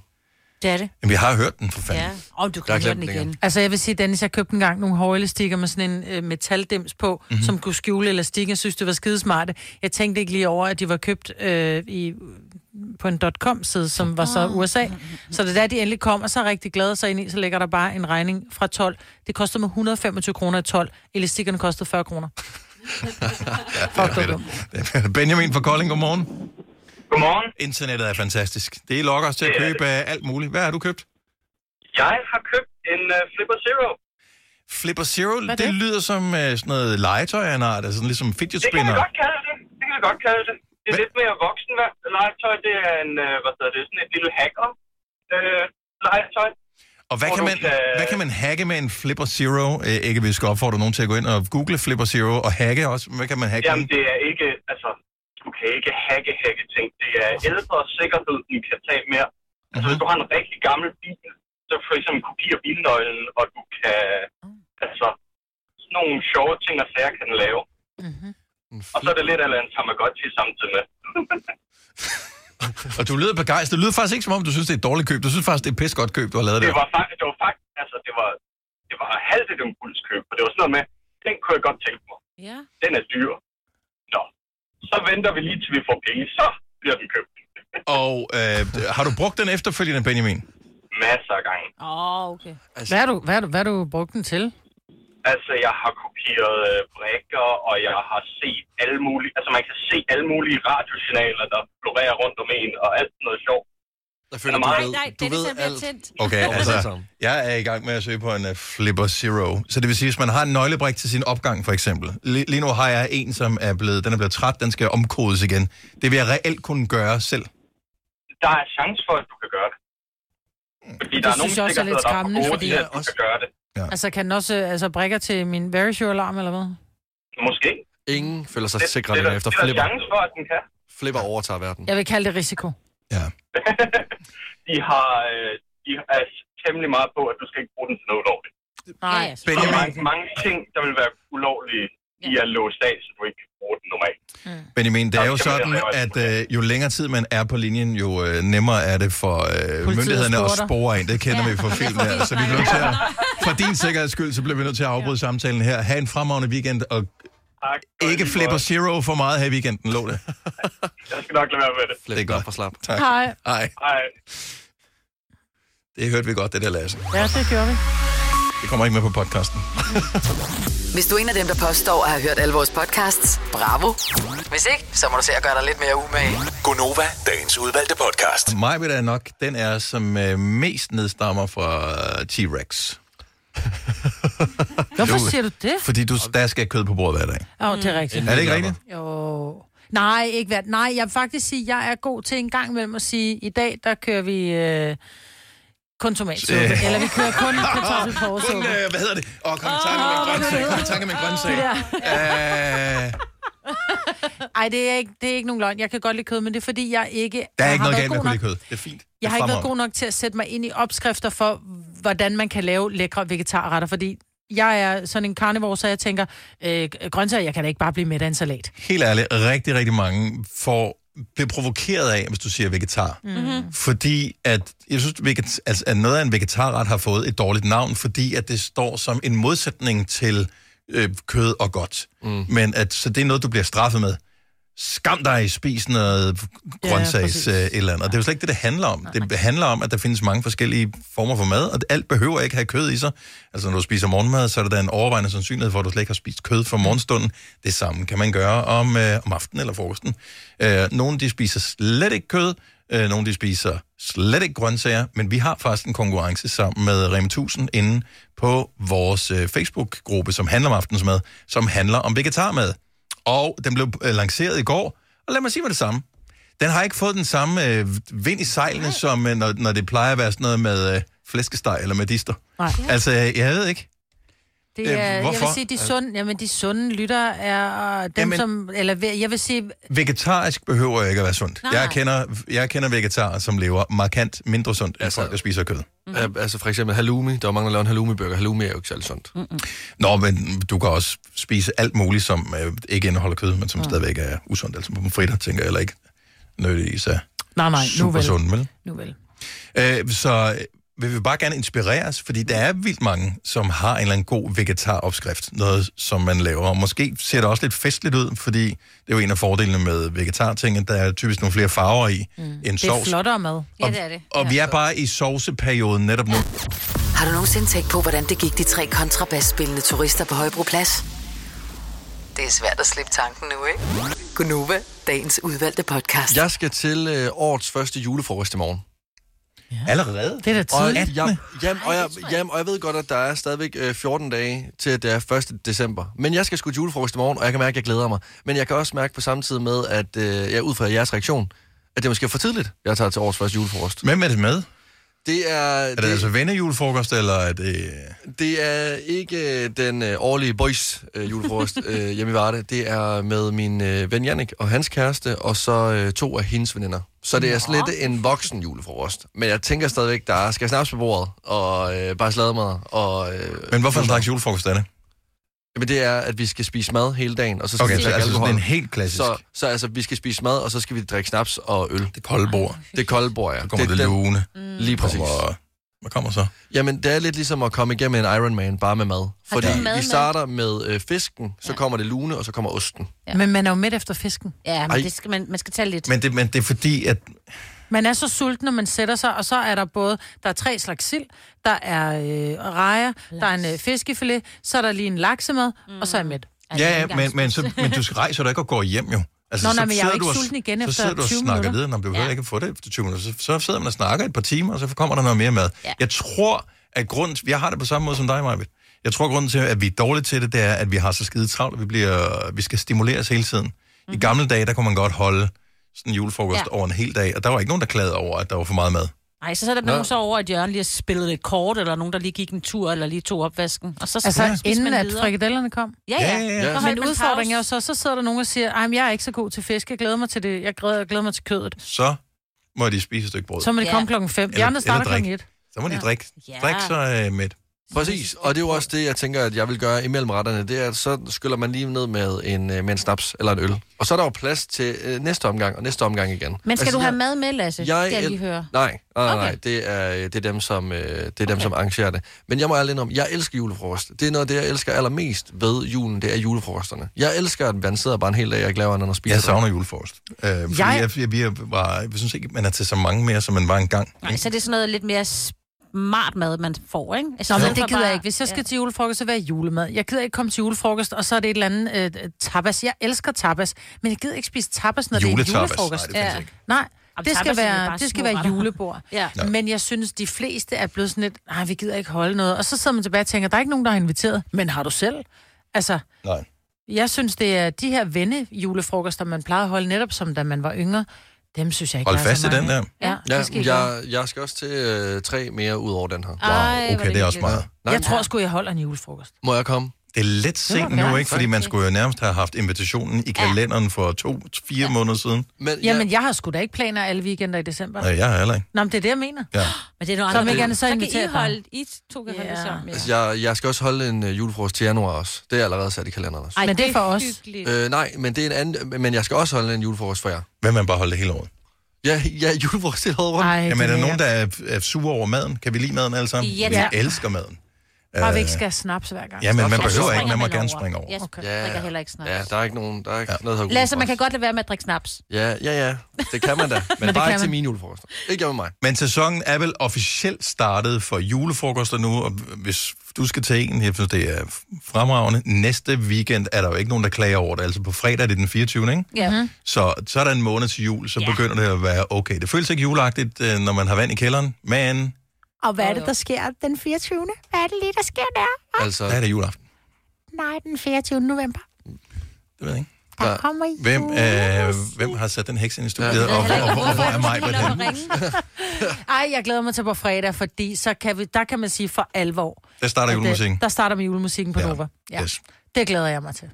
Det er det. Jamen, vi har hørt den for fanden. Ja. Og du Der er kan høre den glemt igen. længere. Altså, jeg vil sige, Dennis, jeg købte engang nogle hårelastikker med sådan en øh, metaldims på, Mhm. mm-hmm. som kunne skjule elastikken. Jeg synes, det var skidesmarte. Jeg tænkte ikke lige over, at de var købt øh, i, på en .com-side, som var så USA. Så det er der, de endelig kom, og så er jeg rigtig glad, så ind i, så ligger der bare en regning fra 12. Det kostede mig 125 kroner i 12. Elastikkerne kostede 40 kroner. Ja, det er fedt. Det er Benjamin fra Kolding, godmorgen. Godmorgen. Internettet er fantastisk. Det lokker os til at Det er købe øh, alt muligt. Hvad har du købt? Jeg har købt en uh, Flipper Zero. Flipper Zero, det? det lyder som øh, sådan noget legetøj af en art, altså sådan ligesom fidget Det kan vi spinner. godt kalde det. Det kan vi godt kalde det. Det er lidt mere voksen legetøj. Det er en, øh, hvad hedder det, sådan et lille hacker øh, legetøj. Og hvad hvor kan, du man, hvad kan man hacke med en Flipper Zero? Øh, ikke, vi skal opfordre nogen til at gå ind og google Flipper Zero og hacke også. Hvad kan man hacke Jamen, med? det er ikke, altså, du kan ikke hacke, hacke ting. Det er ældre sikkerhed, du kan tage mere. Altså, Mhm. hvis du har en rigtig gammel bil, så for eksempel kopier bilnøglen, og du kan, altså, sådan nogle sjove ting og sager kan den lave. Mm, Mm-hmm. Og så er det lidt eller andet Tamagotchi samtidig med. Og du lyder begejstret. Det lyder faktisk ikke, som om du synes, det er et dårligt køb. Du synes faktisk, det er et pis godt køb, du har lavet det. Det var faktisk, det var faktisk, altså det var, det var halvt et impulskøb, for det var sådan noget med, den kunne jeg godt tænke mig. Ja. Den er dyr. Nå, så venter vi lige til vi får penge, så bliver den købt Og øh, har du brugt den efterfølgende, Benjamin? masser af gange. Åh, oh, okay. Altså- Hvad har du, hvad har du, hvad har du brugt den til? Altså, jeg har kopieret øh, brækker, og jeg har set alle mulige, altså man kan se alle mulige radiosignaler, der florerer rundt om en, og alt sådan noget sjovt. Der føler, du ved, Nej, det er simpelthen tændt. Okay, altså, jeg er i gang med at søge på en uh, Flipper Zero. Så det vil sige, hvis man har en nøglebrik til sin opgang, for eksempel. Lige, lige nu har jeg en, som er blevet, den er blevet træt, den skal omkodes igen. Det vil jeg reelt kunne gøre selv. Der er chance for, at du kan gøre det. Fordi Det der er nogle synes jeg også er lidt sikkerheder, der er for skræmmende, gode fordi- til, at du kan gøre det. Ja. Altså, kan den også altså, brækker til min Very Sure-alarm, eller hvad? Måske. Ingen føler sig Det- sikre det er der- længere efter det er der flipper. chance for, at den kan. Flipper overtager verden. Jeg vil kalde det risiko. de har, øh, de er temmelig meget på, at du skal ikke bruge den til noget ulovligt. Nej. Der er mange, mange ting, der vil være ulovlige i at låse af, så du ikke kan bruge den normalt. Benjamin, det er jo sådan, at øh, jo længere tid man er på linjen, jo øh, nemmere er det for øh, myndighederne at sporer dig. spore en. Det kender ja. vi fra film derfor, her. vi Så vi bliver nødt til at, for din sikkerheds skyld, så bliver vi nødt til at afbryde ja. samtalen her. Ha' en fremragende weekend, og tak, ikke Flipper Zero for meget her i weekenden. Lå det. Jeg skal nok lade være med det. Det er godt. Slap. Tak. Hej. Hej. Hej. Det hørte vi godt, det der, Lasse. Ja, det gjorde vi. Det kommer ikke med på podcasten. Hvis du er en af dem, der påstår at have hørt alle vores podcasts, bravo. Hvis ikke, så må du se at gøre dig lidt mere umage. Gonova, dagens udvalgte podcast. Mig vil er nok den er, som øh, mest nedstammer fra øh, T-Rex. Hvorfor Jo, siger du det? Fordi du, der skal kød på bordet hver dag. Åh, oh, det er rigtigt. Er det ikke rigtigt? Jo. Nej, ikke hvad. Nej, jeg vil faktisk sige, at jeg er god til en gang imellem at sige, i dag, der kører vi øh, kun tomatsuppe. Ja. Eller vi kører kun Kun, kartoffelporresuppe. øh, hvad hedder det? Åh, oh, kom i tanke med en grøntsag. Kom i tanke med en grøntsag. Øh, Ej, det er, ikke, det er ikke nogen løgn. Jeg kan godt lide kød, men det er fordi, jeg ikke der er jeg ikke har noget galt med været god at kunne nok- lide kød. Det er fint. Det Jeg er har ikke været fremragende. god nok til at sætte mig ind i opskrifter for, hvordan man kan lave lækre vegetarretter, fordi jeg er sådan en carnivore, så jeg tænker, øh, grøntsager, jeg kan da ikke bare blive med af en salat. Helt ærligt, rigtig, rigtig mange får bliver provokeret af, hvis du siger vegetar. Mhm. Fordi at, jeg synes, veget, altså, at noget af en vegetarret har fået et dårligt navn, fordi at det står som en modsætning til øh, kød og godt. Mm. Men at, så det er noget, du bliver straffet med. Skam dig, spis noget grøntsags præcis. ja, øh, et eller andet. Og Det er jo slet ikke det, det handler om. Det handler om, at der findes mange forskellige former for mad, og alt behøver ikke have kød i sig. Altså, når du spiser morgenmad, så er der da en overvejende sandsynlighed for, at du slet ikke har spist kød for morgenstunden. Det samme kan man gøre om, øh, om aftenen eller frokosten. Øh, nogle, de spiser slet ikke kød, øh, nogle, de spiser slet ikke grøntsager, men vi har faktisk en konkurrence sammen med Rem 1000 inde på vores øh, Facebook-gruppe, som handler om aftensmad, som handler om vegetarmad. Og den blev øh, lanceret i går, og lad mig sige med det samme. Den har ikke fået den samme øh, vind i sejlene, som øh, når, når det plejer at være sådan noget med øh, flæskesteg eller med dister. Nej. Altså, øh, jeg ved ikke. Det Øh, er, jeg vil hvorfor? sige, de sunde, jamen, de sunde lytter er øh, dem, Jamen- jamen, som... Eller, ve- jeg vil sige, Øh, Vegetarisk behøver ikke at være sundt. Nej. Jeg kender, jeg kender vegetarer, som lever markant mindre sundt, end altså, folk, der spiser kød. Mm. Altså for eksempel halloumi. Der var mange, der lavede en halloumi-burger. Halloumi er jo ikke særlig sundt. Mm. Mm-mm. Nå, men du kan også spise alt muligt, som øh, ikke indeholder kød, men som mm. stadigvæk er usundt. Altså pommes fritter, tænker jeg, eller ikke nødvendigvis er nej, nej, nu super vel. sundt, vel? Nu vel. Øh, så vil vi bare gerne inspireres, fordi der er vildt mange, som har en eller anden god vegetaropskrift, noget som man laver. Og måske ser det også lidt festligt ud, fordi det er jo en af fordelene med vegetarting, at der er typisk nogle flere farver i mm. end Det er sovs. flottere mad. Og- Og vi er bare i sovseperioden netop nu. Har du nogensinde tænkt på, hvordan det gik de tre kontrabasspillende turister på Højbroplads? Det er svært at slippe tanken nu, ikke? Gunova, dagens udvalgte podcast. Jeg skal til øh, årets første julefrokost i morgen. Allerede? Det da er tidligt. Og jeg, jamen, og, jeg, jamen, og jeg ved godt, at der er stadigvæk øh, 14 dage til, at det er 1. december. Men jeg skal sgu til julefrokost i morgen, og jeg kan mærke, at jeg glæder mig. Men jeg kan også mærke på samme tid med, at øh, jeg ud fra jeres reaktion, at det måske er for tidligt, jeg tager til årets første julefrokost. Hvem er det med? Det er... Er det, det altså vennejulefrokost, eller er det... Det er ikke øh, den øh, årlige boys øh, julefrokost øh, hjemme i Varde. Det er med min øh, ven Jannik og hans kæreste, og så øh, to af hendes veninder. Så det er slet en voksen julefrokost. Men jeg tænker stadigvæk, der skal snaps på bordet, og øh, bare slademad. Og, øh, Men hvorfor en slags julefrokost er det? Jamen det er, at vi skal spise mad hele dagen, og så skal Okay, vi så drikke altså sådan alkohol. en helt klassisk. Så, så altså, vi skal spise mad, og så skal vi drikke snaps og øl. Det kolde bord. Det kolde bord, ja. Så kommer det lune. Lige præcis. Kommer, hvad kommer så? Jamen, det er lidt ligesom at komme igennem en Ironman, bare med mad. Fordi du mad med? vi starter med øh, fisken, så kommer det lune, og så kommer osten. Ja. Men man er jo midt efter fisken. Ja, Ej. men det skal, man, man skal tage lidt. Men det, men det er fordi, at... Man er så sulten, når man sætter sig, og så er der både, der er tre slags sild, der er øh, rejer, der er en øh, fiskefilet, så er der lige en laksemad, mm. og så er jeg mæt. Ja, ja men, men, så, men du skal rejse dig ikke og gå hjem jo. Altså, Nå, så nej, men jeg er jo sidder ikke du og- sulten igen så efter sidder du og 20 snakker minutter. videre, når du behøver ja. ikke at få det efter 20 minutter. Så, så sidder man og snakker et par timer, og så kommer der noget mere mad. Ja. Jeg tror, at grunden... Jeg har det på samme måde som dig, Marvitt. Jeg tror, grunden til, at vi er dårlige til det, det er, at vi har så skide travlt, at vi, bliver, vi skal stimuleres hele tiden. Mm. Mhm. I gamle dage, der kunne man godt holde sådan en julefrokost Ja. ja. over en hel dag, og der var ikke nogen, der klagede over, at der var for meget mad. Nej, så, så er der Nå. nogen så over, at Jørgen lige har spillet et kort, eller nogen, der lige gik en tur, eller lige tog opvasken. Og så Altså, spiser inden man at videre. frikadellerne kom? Ja, ja. ja, ja, ja. Men udfordringen er jo så, så sidder der nogen og siger, at jeg er ikke så god til fisk, jeg glæder mig til det, jeg glæder, jeg glæder mig til kødet. Så må de spise et stykke brød. Så må de komme klokken fem. Eller- Jeg andre eller starter drikke. klokken et. Så må de drikke. Ja. Drik så øh, mæt. Præcis, og det er jo også det, jeg tænker, at jeg vil gøre imellem retterne. Det er, at så skyller man lige ned med en, øh, med en snaps eller en øl. Og så er der jo plads til øh, næste omgang og næste omgang igen. Men skal altså, du jeg- have mad med, Lasse? Jeg, skal jeg lige høre. Nej, nej, okay. nej. Det er, øh, det er dem, som, øh, det er dem, som arrangerer det. Men jeg må ærligt om, jeg elsker julefrokost. Det er noget af det, jeg elsker allermest ved julen, det er julefrokosterne. Jeg elsker, at man sidder bare en hel dag og ikke laver andet end at spise. Jeg savner julefrokost. Øh, fordi Jeg- jeg... Jeg, jeg, jeg, var, jeg synes ikke, man er til så mange mere, som man var engang. Nej, så er det sådan noget lidt mere s- smart mad, man får, ikke? Nå, men det gider jeg ikke. Hvis jeg skal til julefrokost, så vil jeg have julemad. Jeg gider ikke komme til julefrokost, og så er det et eller andet øh, tapas. Jeg elsker tapas, men jeg gider ikke spise tapas, når det er Juletapas. julefrokost. Nej, det findes ikke. Nej, Jamen, det skal, tapas er jo være, bare det skal små være retter. julebord. Ja. Nå. Men jeg synes, de fleste er blevet sådan lidt, nej, vi gider ikke holde noget. Og så sidder man tilbage og tænker, der er ikke nogen, der har inviteret. Men har du selv? Altså, Nej. jeg synes, det er de her venne julefrokoster, man plejede at holde netop som da man var yngre. Dem synes jeg ikke, Hold der er fast i så mange den der. af. Ja, Ja, det skal I gøre. jeg, jeg skal også til øh, tre mere ud over den her. Ej, Wow, okay, hvor er det det er også hyggeligt. meget. Nej, Jeg tror sgu, jeg holder en julefrokost. Må jeg komme? Det er lidt sent nu, ikke? Fordi man skulle jo nærmest have haft invitationen i kalenderen for to, fire måneder siden. Men, Jamen, jeg har sgu da ikke planer alle weekender i december. Nej, jeg har heller ikke. Nå, men det er det, jeg mener. Ja. Men det er noget Så andet. om ikke andet, så så kan inviterer I jeg bare. holde, I to kan holde det sammen. Ja. Altså, jeg, jeg skal også holde en øh, julefrokost til januar også. Det er allerede sat i kalenderen også. Ej, Men det er for os. hyggeligt. Øh, nej, men det er en anden... Men jeg skal også holde en julefrokost for jer. Hvem man bare holde det hele året? Ja, ja julefrokost hele året rundt. Jamen, er der nogen, der er, er sure over maden? Kan vi lide maden alle sammen? Ja, tak. Vi elsker maden. Bare vi Øh, ikke skal have snaps hver gang. Ja, men man Snaps. behøver Så ikke. Man må springer gerne man springe over. Jeg drikker heller ikke snaps. Ja, der er ikke nogen... Der er ikke ja. noget her Lasse, man kan godt lade være med at drikke snaps. Ja, ja, ja. Det kan man da. Men, det bare kan ikke til man. mine julefrokoster. Ikke hjemme med mig. Men sæsonen er vel officielt startet for julefrokoster nu, og hvis du skal til en, jeg synes, det er fremragende. Næste weekend er der jo ikke nogen, der klager over det. Altså på fredag er det den 24. Ikke? Ja. Mm-hmm. Så, så er der en måned til jul, så Ja. begynder det at være okay. Det føles ikke juleagtigt, øh, når man har vand i kælderen, men Og hvad er det, der sker den 24. Hvad er det lige, der sker der? altså... er det juleaften. Nej, den 24. november. Det ved jeg ikke. Der kommer jul. Hvem, øh, hvem har sat den heks ind i studiet, ja. og, og, og, og, hvor er mig på den? Ej, jeg glæder mig til på fredag, fordi så kan vi, der kan man sige for alvor. Der starter at, øh, julemusikken. Der starter med julemusikken på Ja. Nova. Ja. Yes. Det glæder jeg mig til.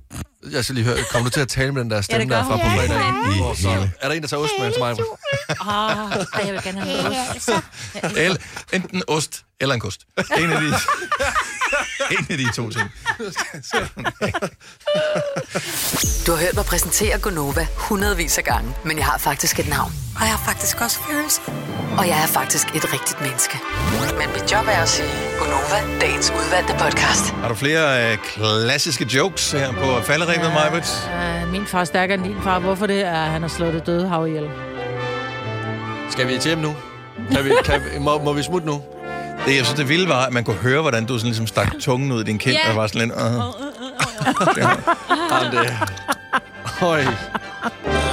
Jeg skal lige høre, kommer du til at tale med den der stemme gør der fra hun. på Ja, fredag? det gør hun. Hvor- så- Er der en, der tager ost med til mig? Åh, oh, jeg vil gerne have noget. Eller, enten ost eller en kost. En af de, en af de to ting. Du har hørt mig præsentere Gonova hundredvis af gange, men jeg har faktisk et navn. Og jeg har faktisk også følelser. Og jeg er faktisk et rigtigt menneske. Men mit job er at sige Gonova, dagens udvalgte podcast. Har du flere øh, klassiske jokes her på falderæbet, ja. Majbert? Uh, min far er stærkere end din far. Hvorfor det er, han har slået det døde hav ihjel? Skal vi til hjem nu? Kan vi, kan vi, må, må vi smutte nu? Det, jeg synes, det vilde var, at man kunne høre, hvordan du sådan ligesom stak tungen ud i din kind, Ja. og var sådan lidt... Uh. Jamen, det... Høj.